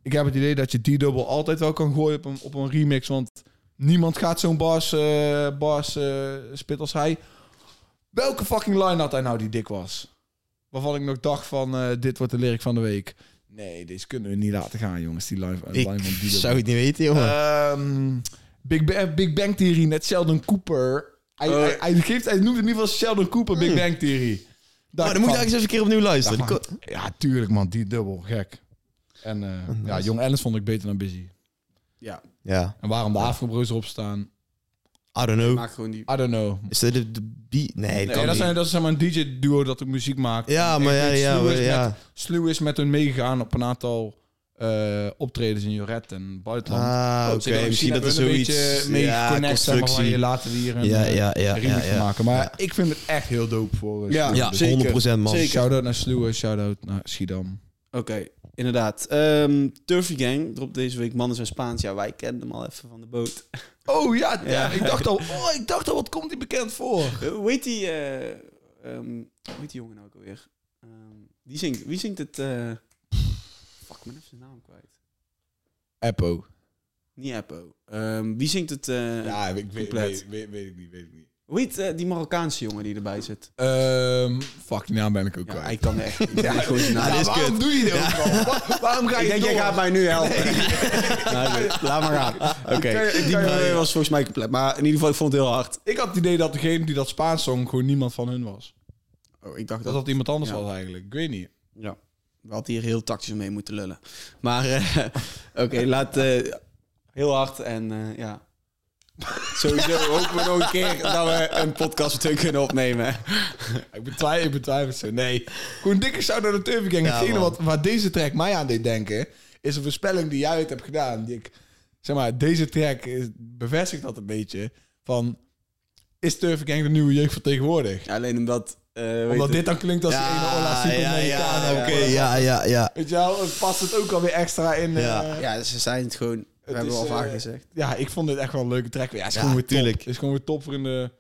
A: ik heb het idee dat je die double altijd wel kan gooien op een, op een remix. Want niemand gaat zo'n bars, eh bars eh, spit als hij. Welke fucking line had hij nou die dik was? Waarvan ik nog dacht van, eh, dit wordt de lyric van de week. Nee, deze kunnen we niet laten gaan, jongens. Die line, line van die
C: Ik
A: double.
C: zou het niet weten, jongen.
A: Ehm, Big, Ba- Big Bang Theory, net Sheldon Cooper. Hij,
C: Eh.
A: hij, hij geeft, hij noemt in ieder geval Sheldon Cooper Big Bang Theory. Daar
C: maar Hmm. Oh, dan moet je eigenlijk eens even een keer opnieuw luisteren. Die ko-
A: Ja, tuurlijk man, die dubbel, gek. En eh, ja, Jong Ellis vond ik beter dan Busy.
C: Ja,
A: En waarom de Afrobro's erop staan,
C: I don't know.
B: Maak gewoon die...
A: I don't know.
C: Is dat de, de beat? Nee, dat
A: Nee,
C: kan
A: dat,
C: niet.
A: zijn, dat is zeg maar een DJ-duo dat ook muziek maakt.
C: Ja, maar ja,
A: Echt,
C: ja,
A: Sluw
C: maar
A: is
C: ja.
A: Met, Sluw is met hun meegegaan op een aantal eh, optredens in Joret en buitenland.
C: Ah, oké.
A: Misschien
C: Misschien dat er
A: hebben we een
C: zoiets...
A: beetje mee
C: ja,
A: connect, zeg maar, van
C: constructie.
A: je laten we hier een,
C: Ja,
A: eh,
C: ja, ja,
A: een remix
C: ja,
A: van
C: ja.
A: maken. Maar ik vind het echt heel dope voor. eh,
B: Ja,
A: Sluwe.
C: Ja,
A: Dus
B: Zeker,
C: 100% man.
B: zeker.
A: Shout-out naar Sluwe, shout-out naar Schiedam.
B: Oké, inderdaad. Ehm Turfy Gang dropt deze week Mannen zijn Spaans. Ja, wij kennen hem al even van de boot.
A: Oh ja, ja.
B: Ja.
A: ik dacht al, oh, ik dacht al, wat komt die bekend voor?
B: Eh, Hoe heet die, eh, ehm, hoe heet die jongen nou ook alweer? Ehm, die zingt, wie zingt het? eh Fuck, ik ben even zijn naam kwijt.
A: Eppo.
B: Niet Eppo. Ehm, wie zingt het? eh,
A: ik
B: Compleet. weet-
A: ik niet, weet ik niet.
B: Hoe heet eh, die Marokkaanse jongen die erbij zit?
A: Ehm, fuck, die naam ben ik ook
B: Ja,
A: kwijt.
B: hij kan echt niet. Ja, gewoon zijn naam.
A: Ja,
C: dit is
A: waarom
C: kut.
A: doe je dit ook al? Wa- Waarom ga je
B: Ik denk, jij
A: door?
B: gaat mij nu helpen. Nee, laat maar gaan. Oké,
A: kan- ik
B: die
A: kan-
B: eh, was volgens mij compleet. Maar in ieder geval, ik vond het heel hard.
A: Ik had het idee dat degene die dat Spaans zong gewoon niemand van hun was.
B: Oh, ik dacht
A: Dat
B: dat...
A: dat iemand anders
B: Ja.
A: was eigenlijk. Ik weet niet.
B: Ja. We hadden hier heel tactisch mee moeten lullen. Maar eh, oké, laat... eh, heel hard en eh, ja... Sowieso hopen we nog een keer dat we een podcast met hun kunnen opnemen.
A: Ik betwijfel, ik betwijfel ze. Nee. Koen Dikker zou naar de Turvy Gang.
C: Ja,
A: het enige
C: man.
A: wat, waar deze track mij aan deed denken... is een voorspelling die jij ooit hebt gedaan. Die ik, zeg maar, deze track is, bevestigt dat een beetje. Van, is Turvy Gang de nieuwe jeugd van tegenwoordig?
B: Ja, alleen omdat... eh, weet
A: Omdat
B: het-
A: dit dan klinkt als die ene Ola
C: Ja,
A: Super
C: ja, ja,
A: Americana.
C: oké. Ja, ja, ja.
A: Weet je wel, dan past het ook alweer extra in.
C: Ja.
A: eh,
B: Ja, ze zijn het gewoon... We
A: Het
B: hebben
A: is,
B: al vaak
A: eh,
B: gezegd.
A: ja, ik vond dit echt wel een leuke track. Ja, het is
C: Ja,
A: gewoon weer
C: tuurlijk.
A: top. Het is gewoon weer top voor, in de,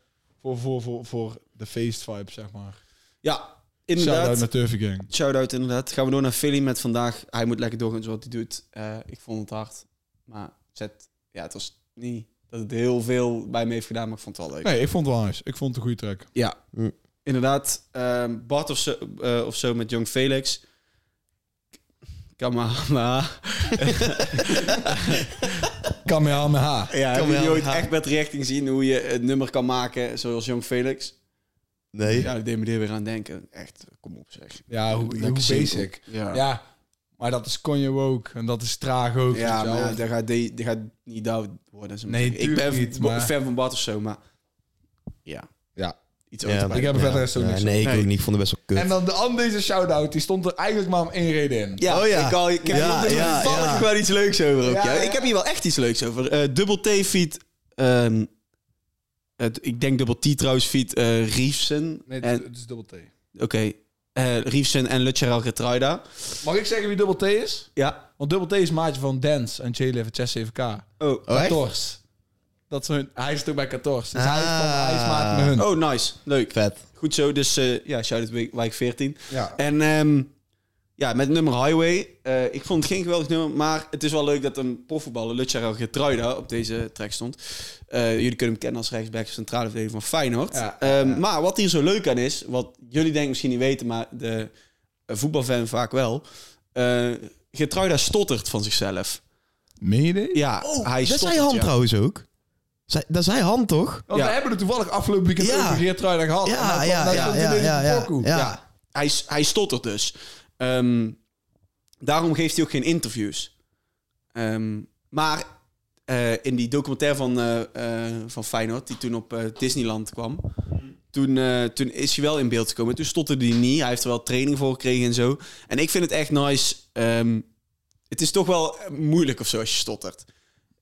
A: voor, voor, voor, voor de feestvibe, zeg maar.
B: Ja,
A: Shout-out
B: inderdaad.
A: naar Turvy Gang.
B: Shout-out inderdaad. Gaan we door naar Philly met vandaag. Hij moet lekker doorgaan zoals hij doet. Eh, ik vond het hard. Maar zet, ja, het was niet dat het heel veel bij me heeft gedaan, maar ik vond het wel leuk.
A: Nee, ik vond het wel nice. Ik vond het een goede track.
B: Ja,
C: Hm.
B: inderdaad. Ehm, Bart of zo, eh, of zo met Jong Felix. Kamala.
A: Kamehameha.
B: Ja, heb je
C: Kamala.
B: ooit echt met richting zien hoe je het nummer kan maken zoals Jong Felix?
C: Nee.
B: Ja, dat deed me er weer aan denken. Echt, kom op zeg.
A: Ja, hoe,
B: Lekker
A: hoe
B: simpel.
A: basic.
B: Ja, ja,
A: Ja, maar dat is Kanye ook. En dat is traag ook. weet je wel.
B: maar ja, daar gaat, die, daar gaat niet dood worden. zeg maar.
A: Nee,
B: ik ben
A: tuurlijk niet,
B: bo-
A: maar-
B: fan van Bart of zo, maar ja.
A: Ja.
B: Iets
C: Ja,
B: over
A: Ik heb er verder zo
C: Ja,
A: niks
C: Nee, ik
B: Nee.
C: ook niet. Ik vond het best wel
A: en
C: kut.
A: dan de andere deze shout-out, die stond er eigenlijk maar om één reden in.
B: Ja,
C: Oh ja.
B: ik, al, ik heb
C: Ja,
B: hier
C: ja,
B: toevallig
C: ja.
B: wel iets leuks over. Ook,
A: Ja,
B: ja,
A: ja.
B: Ik heb hier wel echt iets leuks over. Eh, dubbel T-feed. ehm, het- ik denk dubbel T trouwens feed eh Riefsen.
A: Nee, het,
B: en
A: is- het is dubbel T.
B: Oké. eh, Riefsen en Lucheral Getruida.
A: Mag ik zeggen wie dubbel T is?
B: Ja.
A: Want dubbel T is maatje van Dance en J-Live en Chess 7K.
B: Oh.
C: Oh, echt?
A: Kators. Dat is hun, hij is ook bij Kators. Dus hij, is van,
C: Ah.
A: hij is maatje met hun.
B: Oh, nice. Leuk.
C: Vet.
B: Goed zo. Dus eh, ja, shout-out Wijk- Wijk 14.
A: Ja.
B: En ehm, ja, met het nummer Highway. Eh, ik vond het geen geweldig nummer, maar het is wel leuk dat een profvoetballer, Luciano Getruida, op deze track stond. Eh, jullie kunnen hem kennen als rechtsback centrale verdediger van Feyenoord.
A: Ja,
B: Ehm, Maar wat hier zo leuk aan is, wat jullie denk ik misschien niet weten, maar de eh, voetbalfan vaak wel. eh Getruida stottert van zichzelf.
A: Meen je dit?
B: Ja, hij
C: dat
B: stottert.
C: zei Han
B: ja.
C: trouwens ook. Zij, dat zei Han toch?
A: Want we
B: Ja.
A: hebben het toevallig afgelopen weekend
C: Ja.
A: over Geertruida gehad. En hij
C: Ja,
A: kwam-
C: ja,
A: hij
C: ja,
A: stond nou, in
C: ja,
A: deze
C: ja, ja,
A: pokoe.
C: ja.
B: Ja. Hij, s- hij stottert dus. Ehm, daarom geeft hij ook geen interviews. Ehm, maar eh, in die documentaire van, eh, eh, van Feyenoord, die toen op eh, Disneyland kwam, toen, eh, toen is hij wel in beeld gekomen. Toen stotterde hij niet. Hij heeft er wel training voor gekregen en zo. En ik vind het echt nice. Ehm, het is toch wel eh, moeilijk of zo als je stottert.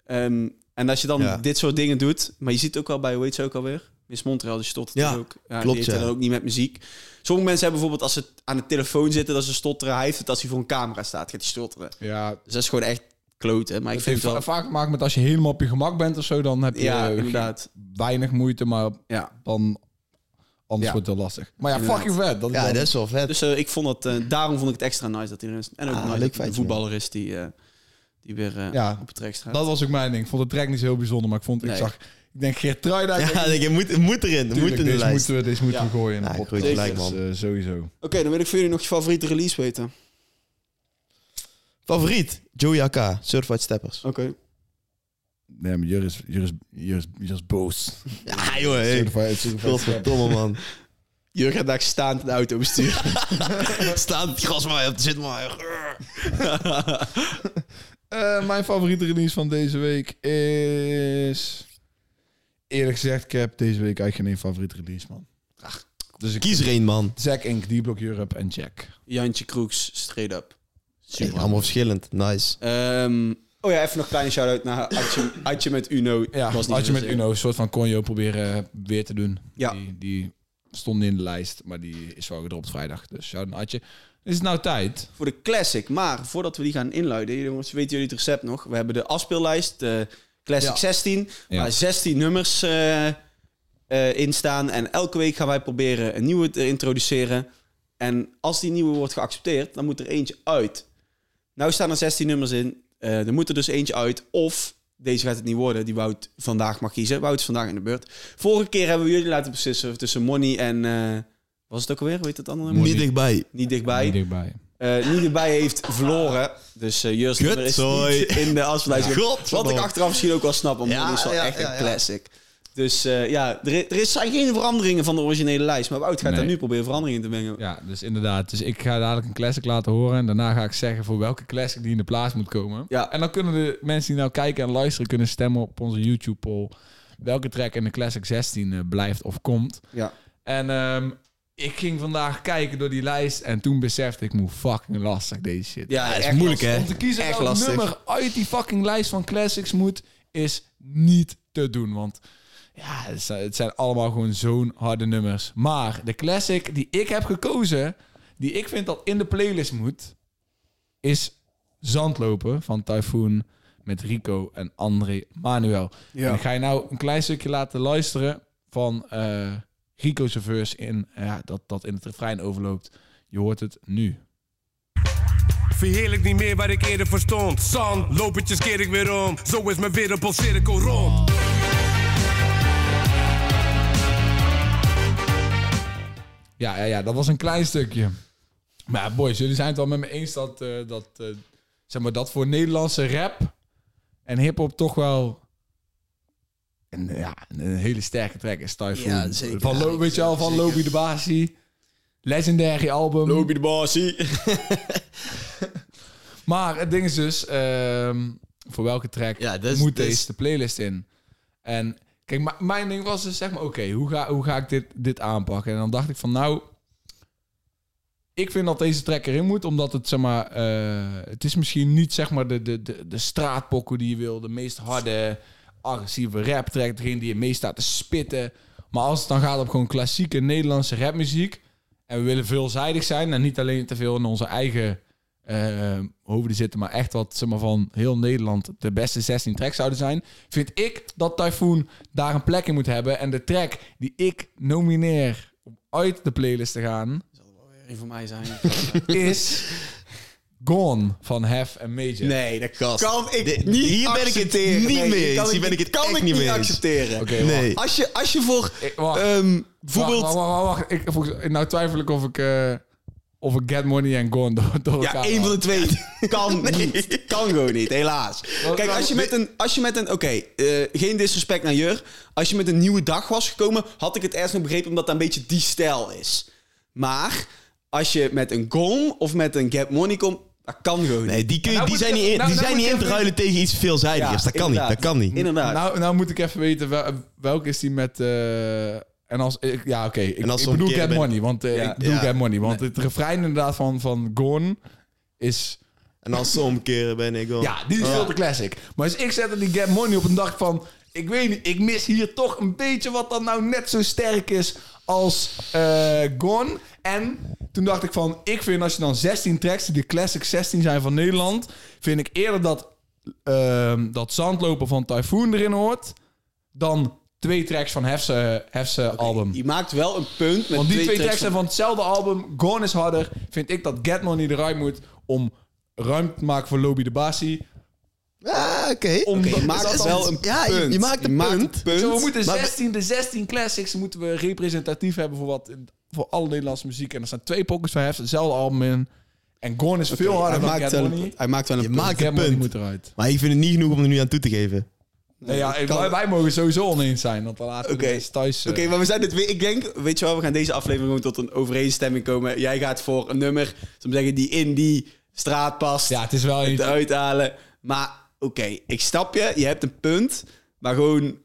B: Ehm, en als je dan
C: Ja.
B: dit soort dingen doet, maar je ziet ook wel bij, hoe heet ze ook alweer? Miss Montreal, die stottert
C: Ja,
B: dus ook. Ja,
C: klopt,
B: Die heeft
C: ja.
B: dan ook niet met muziek. Sommige mensen hebben bijvoorbeeld als ze aan de telefoon zitten, dat ze stotteren. Hij heeft het als hij voor een camera staat, gaat hij stotteren.
A: Ja,
B: Dus dat is gewoon echt kloten. Maar ik
A: het
B: vind
A: heeft
B: het wel...
A: va- vaak te maken met als je helemaal op je gemak bent of zo, dan heb je
B: Ja,
A: eh,
B: inderdaad.
A: weinig moeite, maar
B: Ja.
A: dan anders
B: Ja.
A: wordt het heel lastig. Maar ja,
B: Inderdaad.
A: fucking vet. Dat
C: Ja,
A: dan-
C: dat is wel vet.
B: Dus eh, ik vond dat, eh, daarom vond ik het extra nice dat hij er is. En ook
C: Ah,
B: nice
C: leuk
B: dat het een
C: feitje,
B: voetballer is die, eh, die weer eh,
A: Ja.
B: op het trek staat.
A: dat was ook mijn ding. Ik vond de track niet zo heel bijzonder, maar ik vond, ik
B: Nee.
A: zag, ik denk Geertruida. ik denk,
C: ja, je moet, het moet erin. Het moet
A: tuurlijk,
C: in de
A: deze
C: lijst.
A: moeten we, deze moeten we
B: Ja.
A: gooien in de
C: Ja, ik
A: podcast.
C: gooi het gelijk, man.
A: Dus, eh, sowieso.
B: Oké, dan wil ik voor jullie nog je favoriete release weten. Oké.
C: Favoriet? Joey AK, Certified Steppers.
A: Nee, maar Juris, Juris, Juris, Juris boos.
C: Ja, joh. Hey.
A: Certified- certified scrap.
C: Godverdomme, man.
B: Jurgen gaat daar staand de auto besturen.
C: Staat het gras maar op, zit maar.
A: Eh, mijn favoriete release van deze week is... Eerlijk gezegd, ik heb deze week eigenlijk geen één favoriet release, man. Dus ik
C: Kies er één, man.
A: Zack Inc, D-Block Europe en Jack.
B: Jantje Kroeks, straight up.
C: Hey, allemaal verschillend. Nice.
B: Ehm, oh ja, even nog een kleine shout-out naar Adje, Adje met Uno.
A: Ja,
B: was
A: was
B: niet
A: had je met
B: zozeer.
A: Uno een soort van conjo proberen eh, weer te doen.
B: Ja.
A: Die, die stond niet in de lijst, maar die is wel gedropt vrijdag. Dus shout out Adje. Is het nou tijd?
B: voor de classic. Maar voordat we die gaan inluiden, jongens, weten jullie het recept nog? We hebben de afspeellijst, de classic
A: Ja.
B: 16,
A: Ja.
B: waar 16 nummers eh, eh, in staan. En elke week gaan wij proberen een nieuwe te introduceren. En als die nieuwe wordt geaccepteerd, dan moet er eentje uit. Nou staan er 16 nummers in. Eh, er moet er dus eentje uit. Of deze gaat het niet worden, die Wout vandaag mag kiezen. Wout is vandaag in de beurt. Vorige keer hebben we jullie laten beslissen tussen Money en... eh, was het ook alweer? Weet het andere?
C: Niet dichtbij.
B: Niet dichtbij.
A: Niet dichtbij.
B: Eh, niet erbij heeft verloren. Dus eh Jurst
C: Kut,
B: Nummer is
C: sorry.
B: niet in de afsluiting. Wat
C: Godverdomme.
B: ik achteraf misschien ook wel snap, want
C: Ja,
B: ja, is wel
C: ja,
B: echt
C: ja,
B: een
C: ja.
B: classic. Dus eh, ja, er, i- er is- zijn geen veranderingen van de originele lijst. Maar Wout gaat
A: Nee.
B: daar nu proberen veranderingen te brengen.
A: Ja, dus inderdaad. Dus ik ga dadelijk een classic laten horen. En daarna ga ik zeggen voor welke classic die in de plaats moet komen.
B: Ja.
A: En dan kunnen de mensen die nou kijken en luisteren... kunnen stemmen op onze YouTube-poll... welke track in de classic 16 eh, blijft of komt.
B: Ja.
A: En ehm, ik ging vandaag kijken door die lijst... en toen besefte ik me hoe fucking lastig deze shit
B: Ja,
C: is
B: echt
C: moeilijk,
B: lastig.
C: hè?
A: Om te kiezen
B: Echt
A: welk
B: lastig.
A: nummer uit die fucking lijst van classics moet, is niet te doen. Want ja, het zijn, het zijn allemaal gewoon zo'n harde nummers. Maar de classic die ik heb gekozen, die ik vind dat in de playlist moet, is Zandlopen van Typhoon met Rico en André Manuel. En ik ga je nou een klein stukje laten luisteren van eh, Rico's verse in, ja, dat, dat in het refrein overloopt. Je hoort het nu.
E: Verheerlijk niet meer waar ik eerder voor stond. Zand, lopertjes keer ik weer om. Zo is mijn wereldpolcirkel rond.
A: Ja, ja, ja, dat was een klein stukje. Maar ja, boys, jullie zijn het wel met me eens dat, eh, dat, eh, zeg maar, dat voor Nederlandse rap en hip-hop toch wel een, ja, een hele sterke track is. Typhoon.
B: Ja, zeker.
A: Van, Lo- weet je al, van Lobby de Basie. Legendary album.
B: Lobby de Basie.
A: Maar het ding is dus, ehm, voor welke track
C: Ja, dat is-
A: moet
C: dat is-
A: deze de playlist in? En kijk, m- mijn ding was dus zeg maar, oké, hoe, ga, hoe ga ik dit, dit aanpakken? En dan dacht ik van, nou, ik vind dat deze track erin moet, omdat het zeg maar, eh, het is misschien niet zeg maar de, de, de, de straatpokken die je wil, de meest harde, agressieve rap track, degene die je meest staat te spitten. Maar als het dan gaat op gewoon klassieke Nederlandse rapmuziek, en we willen veelzijdig zijn en niet alleen te veel in onze eigen eh, hoofden zitten, maar echt wat zeg maar, van heel Nederland de beste 16 tracks zouden zijn, vind ik dat Typhoon daar een plek in moet hebben. En de track die ik nomineer om uit de playlist te gaan,
B: Voor mij zijn.
A: is Gone van Hef en Major.
B: Nee, dat
C: Gast,
B: kan ik
C: dit-
B: niet
C: hier ben ik het
B: accepteren.
C: niet
B: Nee,
C: mee
B: hier
C: eens.
B: kan
C: Hier ben ik het echt
B: kan ik
C: niet
B: niet
C: mee eens.
B: accepteren.
A: Oké, wacht.
C: Nee.
B: Als, je, als je voor
A: Ik- wacht.
B: ehm, bijvoorbeeld...
A: Wacht, wacht, wacht, wacht. Ik, volgens- nou twijfel ik of ik, eh, of ik Get Money en Gone door, door
B: Ja,
A: elkaar
B: één van
A: haal.
B: de twee kan niet. Kan gewoon niet, helaas. Kijk, als je met een... Als je met een Oké, eh, geen disrespect naar Jur. Als je met een nieuwe dag was gekomen, had ik het ergens nog begrepen... omdat dat een beetje die stijl is. Maar als je met een Gong of met een Get Money komt... Dat kan gewoon
C: Nee,
B: niet.
C: die, kun je,
A: Nou
C: die
A: moet
C: zijn
A: ik-
C: niet in,
A: nou-
C: die
A: nou
C: zijn
A: moet ik
C: niet in te
A: even-
C: ruilen tegen iets veelzijdigers. dat kan niet, dat
B: inderdaad.
C: kan niet.
B: Inderdaad.
A: Nou, nou moet ik even weten wel- welke is die met. eh, en als ik, ja, oké. Ik,
C: En als
A: ik
C: ze
A: bedoel
C: omkeren
A: Get
C: ben-
A: Money, want eh,
B: Ja.
A: ik bedoel
C: Ja.
A: Get Money, want het refrein inderdaad van van Gone is
C: En als ze omkeren ben ik wel...
A: ja, die is veel te classic. Maar als ik zette die Get Money op een dag van, ik weet niet, ik mis hier toch een beetje wat dan nou net zo sterk is als eh, Gone. En toen dacht ik van, ik vind als je dan 16 tracks die de classic 16 zijn van Nederland, vind ik eerder dat ehm, dat zandlopen van Typhoon erin hoort dan twee tracks van Hefse, Hefse album.
B: Je maakt wel een punt met
A: Want die twee
B: twee, tracks
A: tracks zijn van hetzelfde album. Gone is harder. Vind ik dat Get Money eruit moet om ruimte te maken voor Lobby de Bassi.
C: Ah, oké.
A: Om
B: Je maakt
C: dat-
B: wel een
C: ja, je-
B: punt.
C: je maakt een punt.
A: Zo, we moeten 16, de 16 classics moeten we representatief hebben voor, wat, voor alle Nederlandse muziek. En er staan twee pockets van Heft, hetzelfde album in. En Gone is veel harder
B: hij,
A: dan
B: maakt
A: Get
B: wel
A: Money.
B: een, hij maakt wel een
C: Je
B: punt.
C: maakt
A: Get
C: een
A: Money
C: punt.
A: moet eruit.
C: Maar ik vind het niet genoeg om er nu aan toe te geven.
A: Nee, ja,
B: kan-
A: wij, wij mogen sowieso oneens zijn, want we laten
B: Oké.
A: we dus thuis... eh,
B: Oké, maar we zijn het weer. Ik denk, weet je wel, we gaan deze aflevering gewoon tot een overeenstemming komen. Jij gaat voor een nummer, zullen we zeggen, die in die straat past.
A: ja, het is wel
B: het
A: iets...
B: uithalen. Maar oké, ik snap je. Je hebt een punt. Maar gewoon,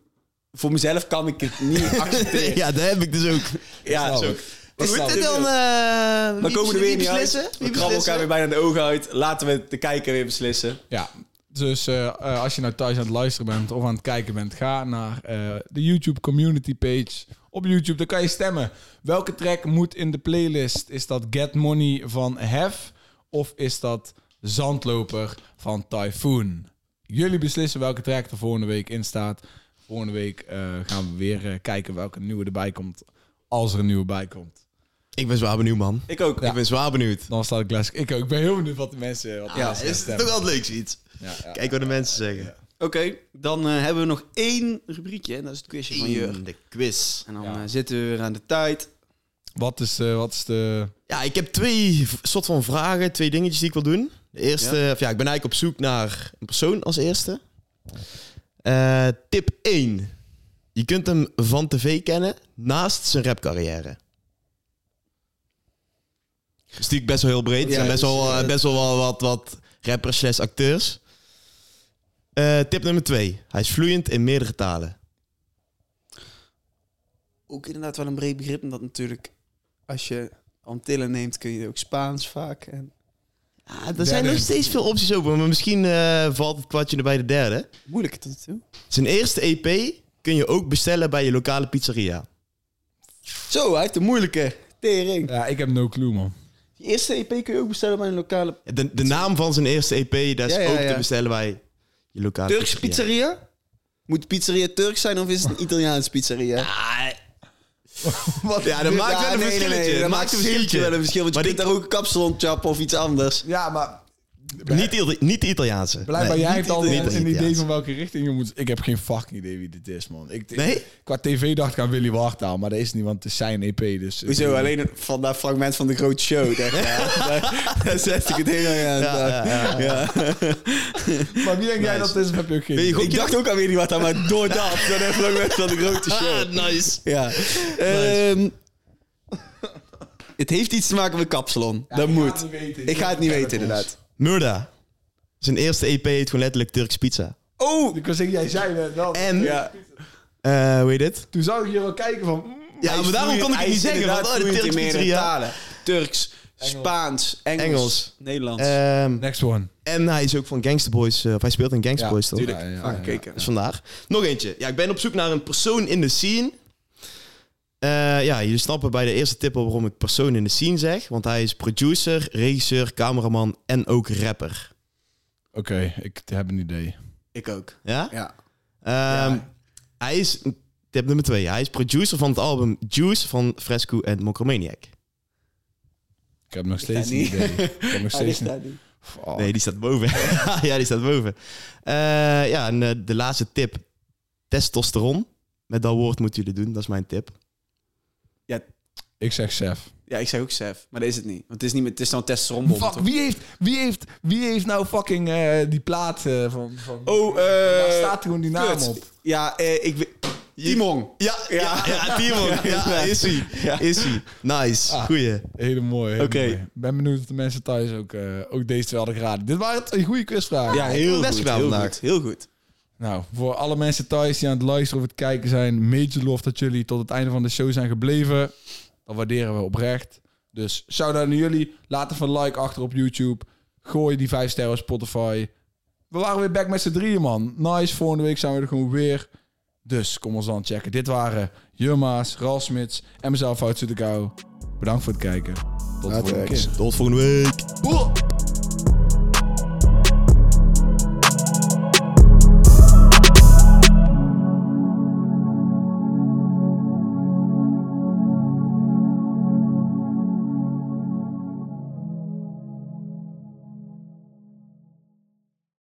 B: voor mezelf kan ik het niet accepteren.
C: Ja, dat heb ik dus ook.
B: ja, zo.
C: Maar goed, en dan... eh,
B: we
C: wie-
B: komen er
C: wie
B: weer niet
C: beslissen?
B: uit.
C: Wie
B: We krabben
C: beslissen?
B: elkaar weer bijna de ogen uit. Laten we de kijker weer beslissen.
A: Ja, dus eh, eh, als je nou thuis aan het luisteren bent of aan het kijken bent, ga naar eh, de YouTube community page op YouTube. Dan kan je stemmen. Welke track moet in de playlist? Is dat Get Money van Hef of is dat Zandloper van Typhoon? Jullie beslissen welke track er volgende week in staat. Volgende week eh, gaan we weer eh, kijken welke nieuwe erbij komt. Als er een nieuwe bij komt.
C: Ik ben zwaar benieuwd, man.
B: Ik ook.
C: Ik ben zwaar benieuwd.
A: Dan staat ik les. Ik, ook. ik ben heel benieuwd wat de mensen. Wat de
C: Ja,
A: mensen gaan
C: is toch
A: stemmen.
C: wel leuk zoiets.
A: Ja, ja.
C: Kijk wat de mensen zeggen.
B: Oké, dan eh, hebben we nog één rubriekje. En dat is het quizje van Jur.
C: De quiz.
B: En dan
A: Ja.
B: eh, zitten we weer aan de tijd.
A: Wat, is, eh, wat is de.
C: Ja, ik heb twee v- soort van vragen, twee dingetjes die ik wil doen. De eerste, of ja, ik ben eigenlijk op zoek naar een persoon als eerste. Eh, tip 1. Je kunt hem van tv kennen naast zijn rapcarrière. Dat is natuurlijk best wel heel breed. Er zijn
B: Ja,
C: best,
B: dus,
C: wel, eh,
B: eh,
C: best wel wel wat, wat rappers slash acteurs. Eh, tip nummer 2. Hij is vloeiend in meerdere talen.
B: ook inderdaad wel een breed begrip. Omdat natuurlijk, als je Antillen neemt, kun je ook Spaans vaak. En...
C: Ah, er zijn nog steeds veel opties open, maar misschien eh, valt het kwartje er bij de derde.
B: Moeilijk tot toe.
C: Zijn eerste EP kun je ook bestellen bij je lokale pizzeria.
B: Zo, hij heeft een moeilijke tering.
A: Ja, ik heb no clue, man.
B: Je eerste EP kun je ook bestellen bij een lokale
C: De, de naam van zijn eerste EP, dat is
B: Ja, ja,
C: ook
B: ja.
C: te bestellen bij je lokale
B: Turkse pizzeria. Moet de pizzeria Turks zijn of is het een Italiaans pizzeria?
C: Wat? Ja, dat maakt wel een
B: nee, nee, nee,
C: verschilletje.
B: dat maakt een verschilletje wel een verschil. Want je
C: Maar
B: kunt daar ook een kapsel ontchappen of iets anders.
A: Ja, maar
C: Niet, Ital- niet de Italiaanse.
A: blijkbaar
C: Nee,
A: jij
C: niet
A: hebt
C: de
A: al
C: Italiaanse.
A: een idee van welke richting je moet. Ik heb geen fucking idee wie dit is, man. Ik,
C: Nee?
A: Qua tv dacht ik aan Willy Wartaal, maar dat is niet, want het is zijn EP. Dus
B: Hoezo? Alleen een- van dat fragment van de grote show. Daar, daar, daar zet ik het helemaal aan.
C: Ja, ja, ja.
A: Maar wie denk jij dat het is, heb je ook geen idee.
B: Ik dacht ook aan Willy Wata, maar door dat. door dat fragment van de grote show.
C: Ah, nice.
B: Ja. Ehm, het heeft iets te maken met kapsalon. dat moet. ik ga het niet weten, inderdaad.
C: Murda. Zijn eerste EP heet gewoon letterlijk Turks pizza.
B: Oh!
A: Ik was zeggen, jij zei het wel.
C: En,
B: Ja.
C: eh, hoe heet het?
A: Toen zou ik hier wel kijken van... mm,
C: Ja, maar daarom kon ik het niet zeggen. Want, oh, de Turks pizzeria.
B: Turks, Spaans, Engels, Eh,
C: Engels.
B: Nederlands.
C: Ehm,
A: Next one.
C: en hij is ook van Gangster Boys, eh, of hij speelt in Gangster Boys, toch?
A: Ja, ja,
B: Vaak
A: ja.
B: gekeken.
C: Dus vandaar. Nog eentje. Ja, ik ben op zoek naar een persoon in de scene. Eh, ja, jullie snappen bij de eerste tip al waarom ik persoon in de scene zeg. Want hij is producer, regisseur, cameraman en ook rapper.
A: Oké, ik heb een idee.
B: Ik ook.
C: Ja?
B: Ja.
C: Ehm, Hij is, tip nummer twee, hij is producer van het album Juice van Fresco en Mokromaniac.
A: Ik heb nog
B: ga
A: steeds een
B: niet.
A: idee. Ik heb nog steeds een...
C: Nee, die staat boven. ja, die staat boven. Eh, ja, en eh, de laatste tip. Testosteron. Met dat woord moeten jullie doen. Dat is mijn tip.
A: Ik zeg Sef.
B: Ja, ik zeg ook Sef, maar dat is het niet. Want het is, niet meer, het is dan testosteronbom,
A: Fuck,
B: toch?
A: wie heeft, wie, heeft, wie heeft nou fucking eh, die plaat eh, van... van
B: Oh, eh...
A: daar staat gewoon die naam
B: kut.
A: op.
B: Ja, eh, ik... we- Timon.
C: Ja, ja, ja, Timon. Ja, Ah. is hij. Is hij. Nice. Goeie.
A: Hele mooi. hele
B: Oké.
A: mooi. Ben benieuwd of de mensen thuis ook, eh, ook deze twee hadden geraden. Dit waren twee goede quizvragen.
B: Ja, heel
C: best
B: goed.
C: gedaan
B: heel
C: vandaag.
B: goed, heel goed.
A: Nou, voor alle mensen thuis die aan het luisteren of het kijken zijn, major lof dat jullie tot het einde van de show zijn gebleven. Dat waarderen we oprecht. Dus shout-out naar jullie. Laat even een like achter op YouTube. Gooi die 5 sterren op Spotify. We waren weer back met z'n drieën, man. Nice, volgende week zijn we er gewoon weer. Dus kom ons dan checken. Dit waren Jumma's, Ralf Smits en mezelf, Hout Kou. Bedankt voor het kijken. Tot de volgende keer.
C: Tot volgende week.
A: Boah!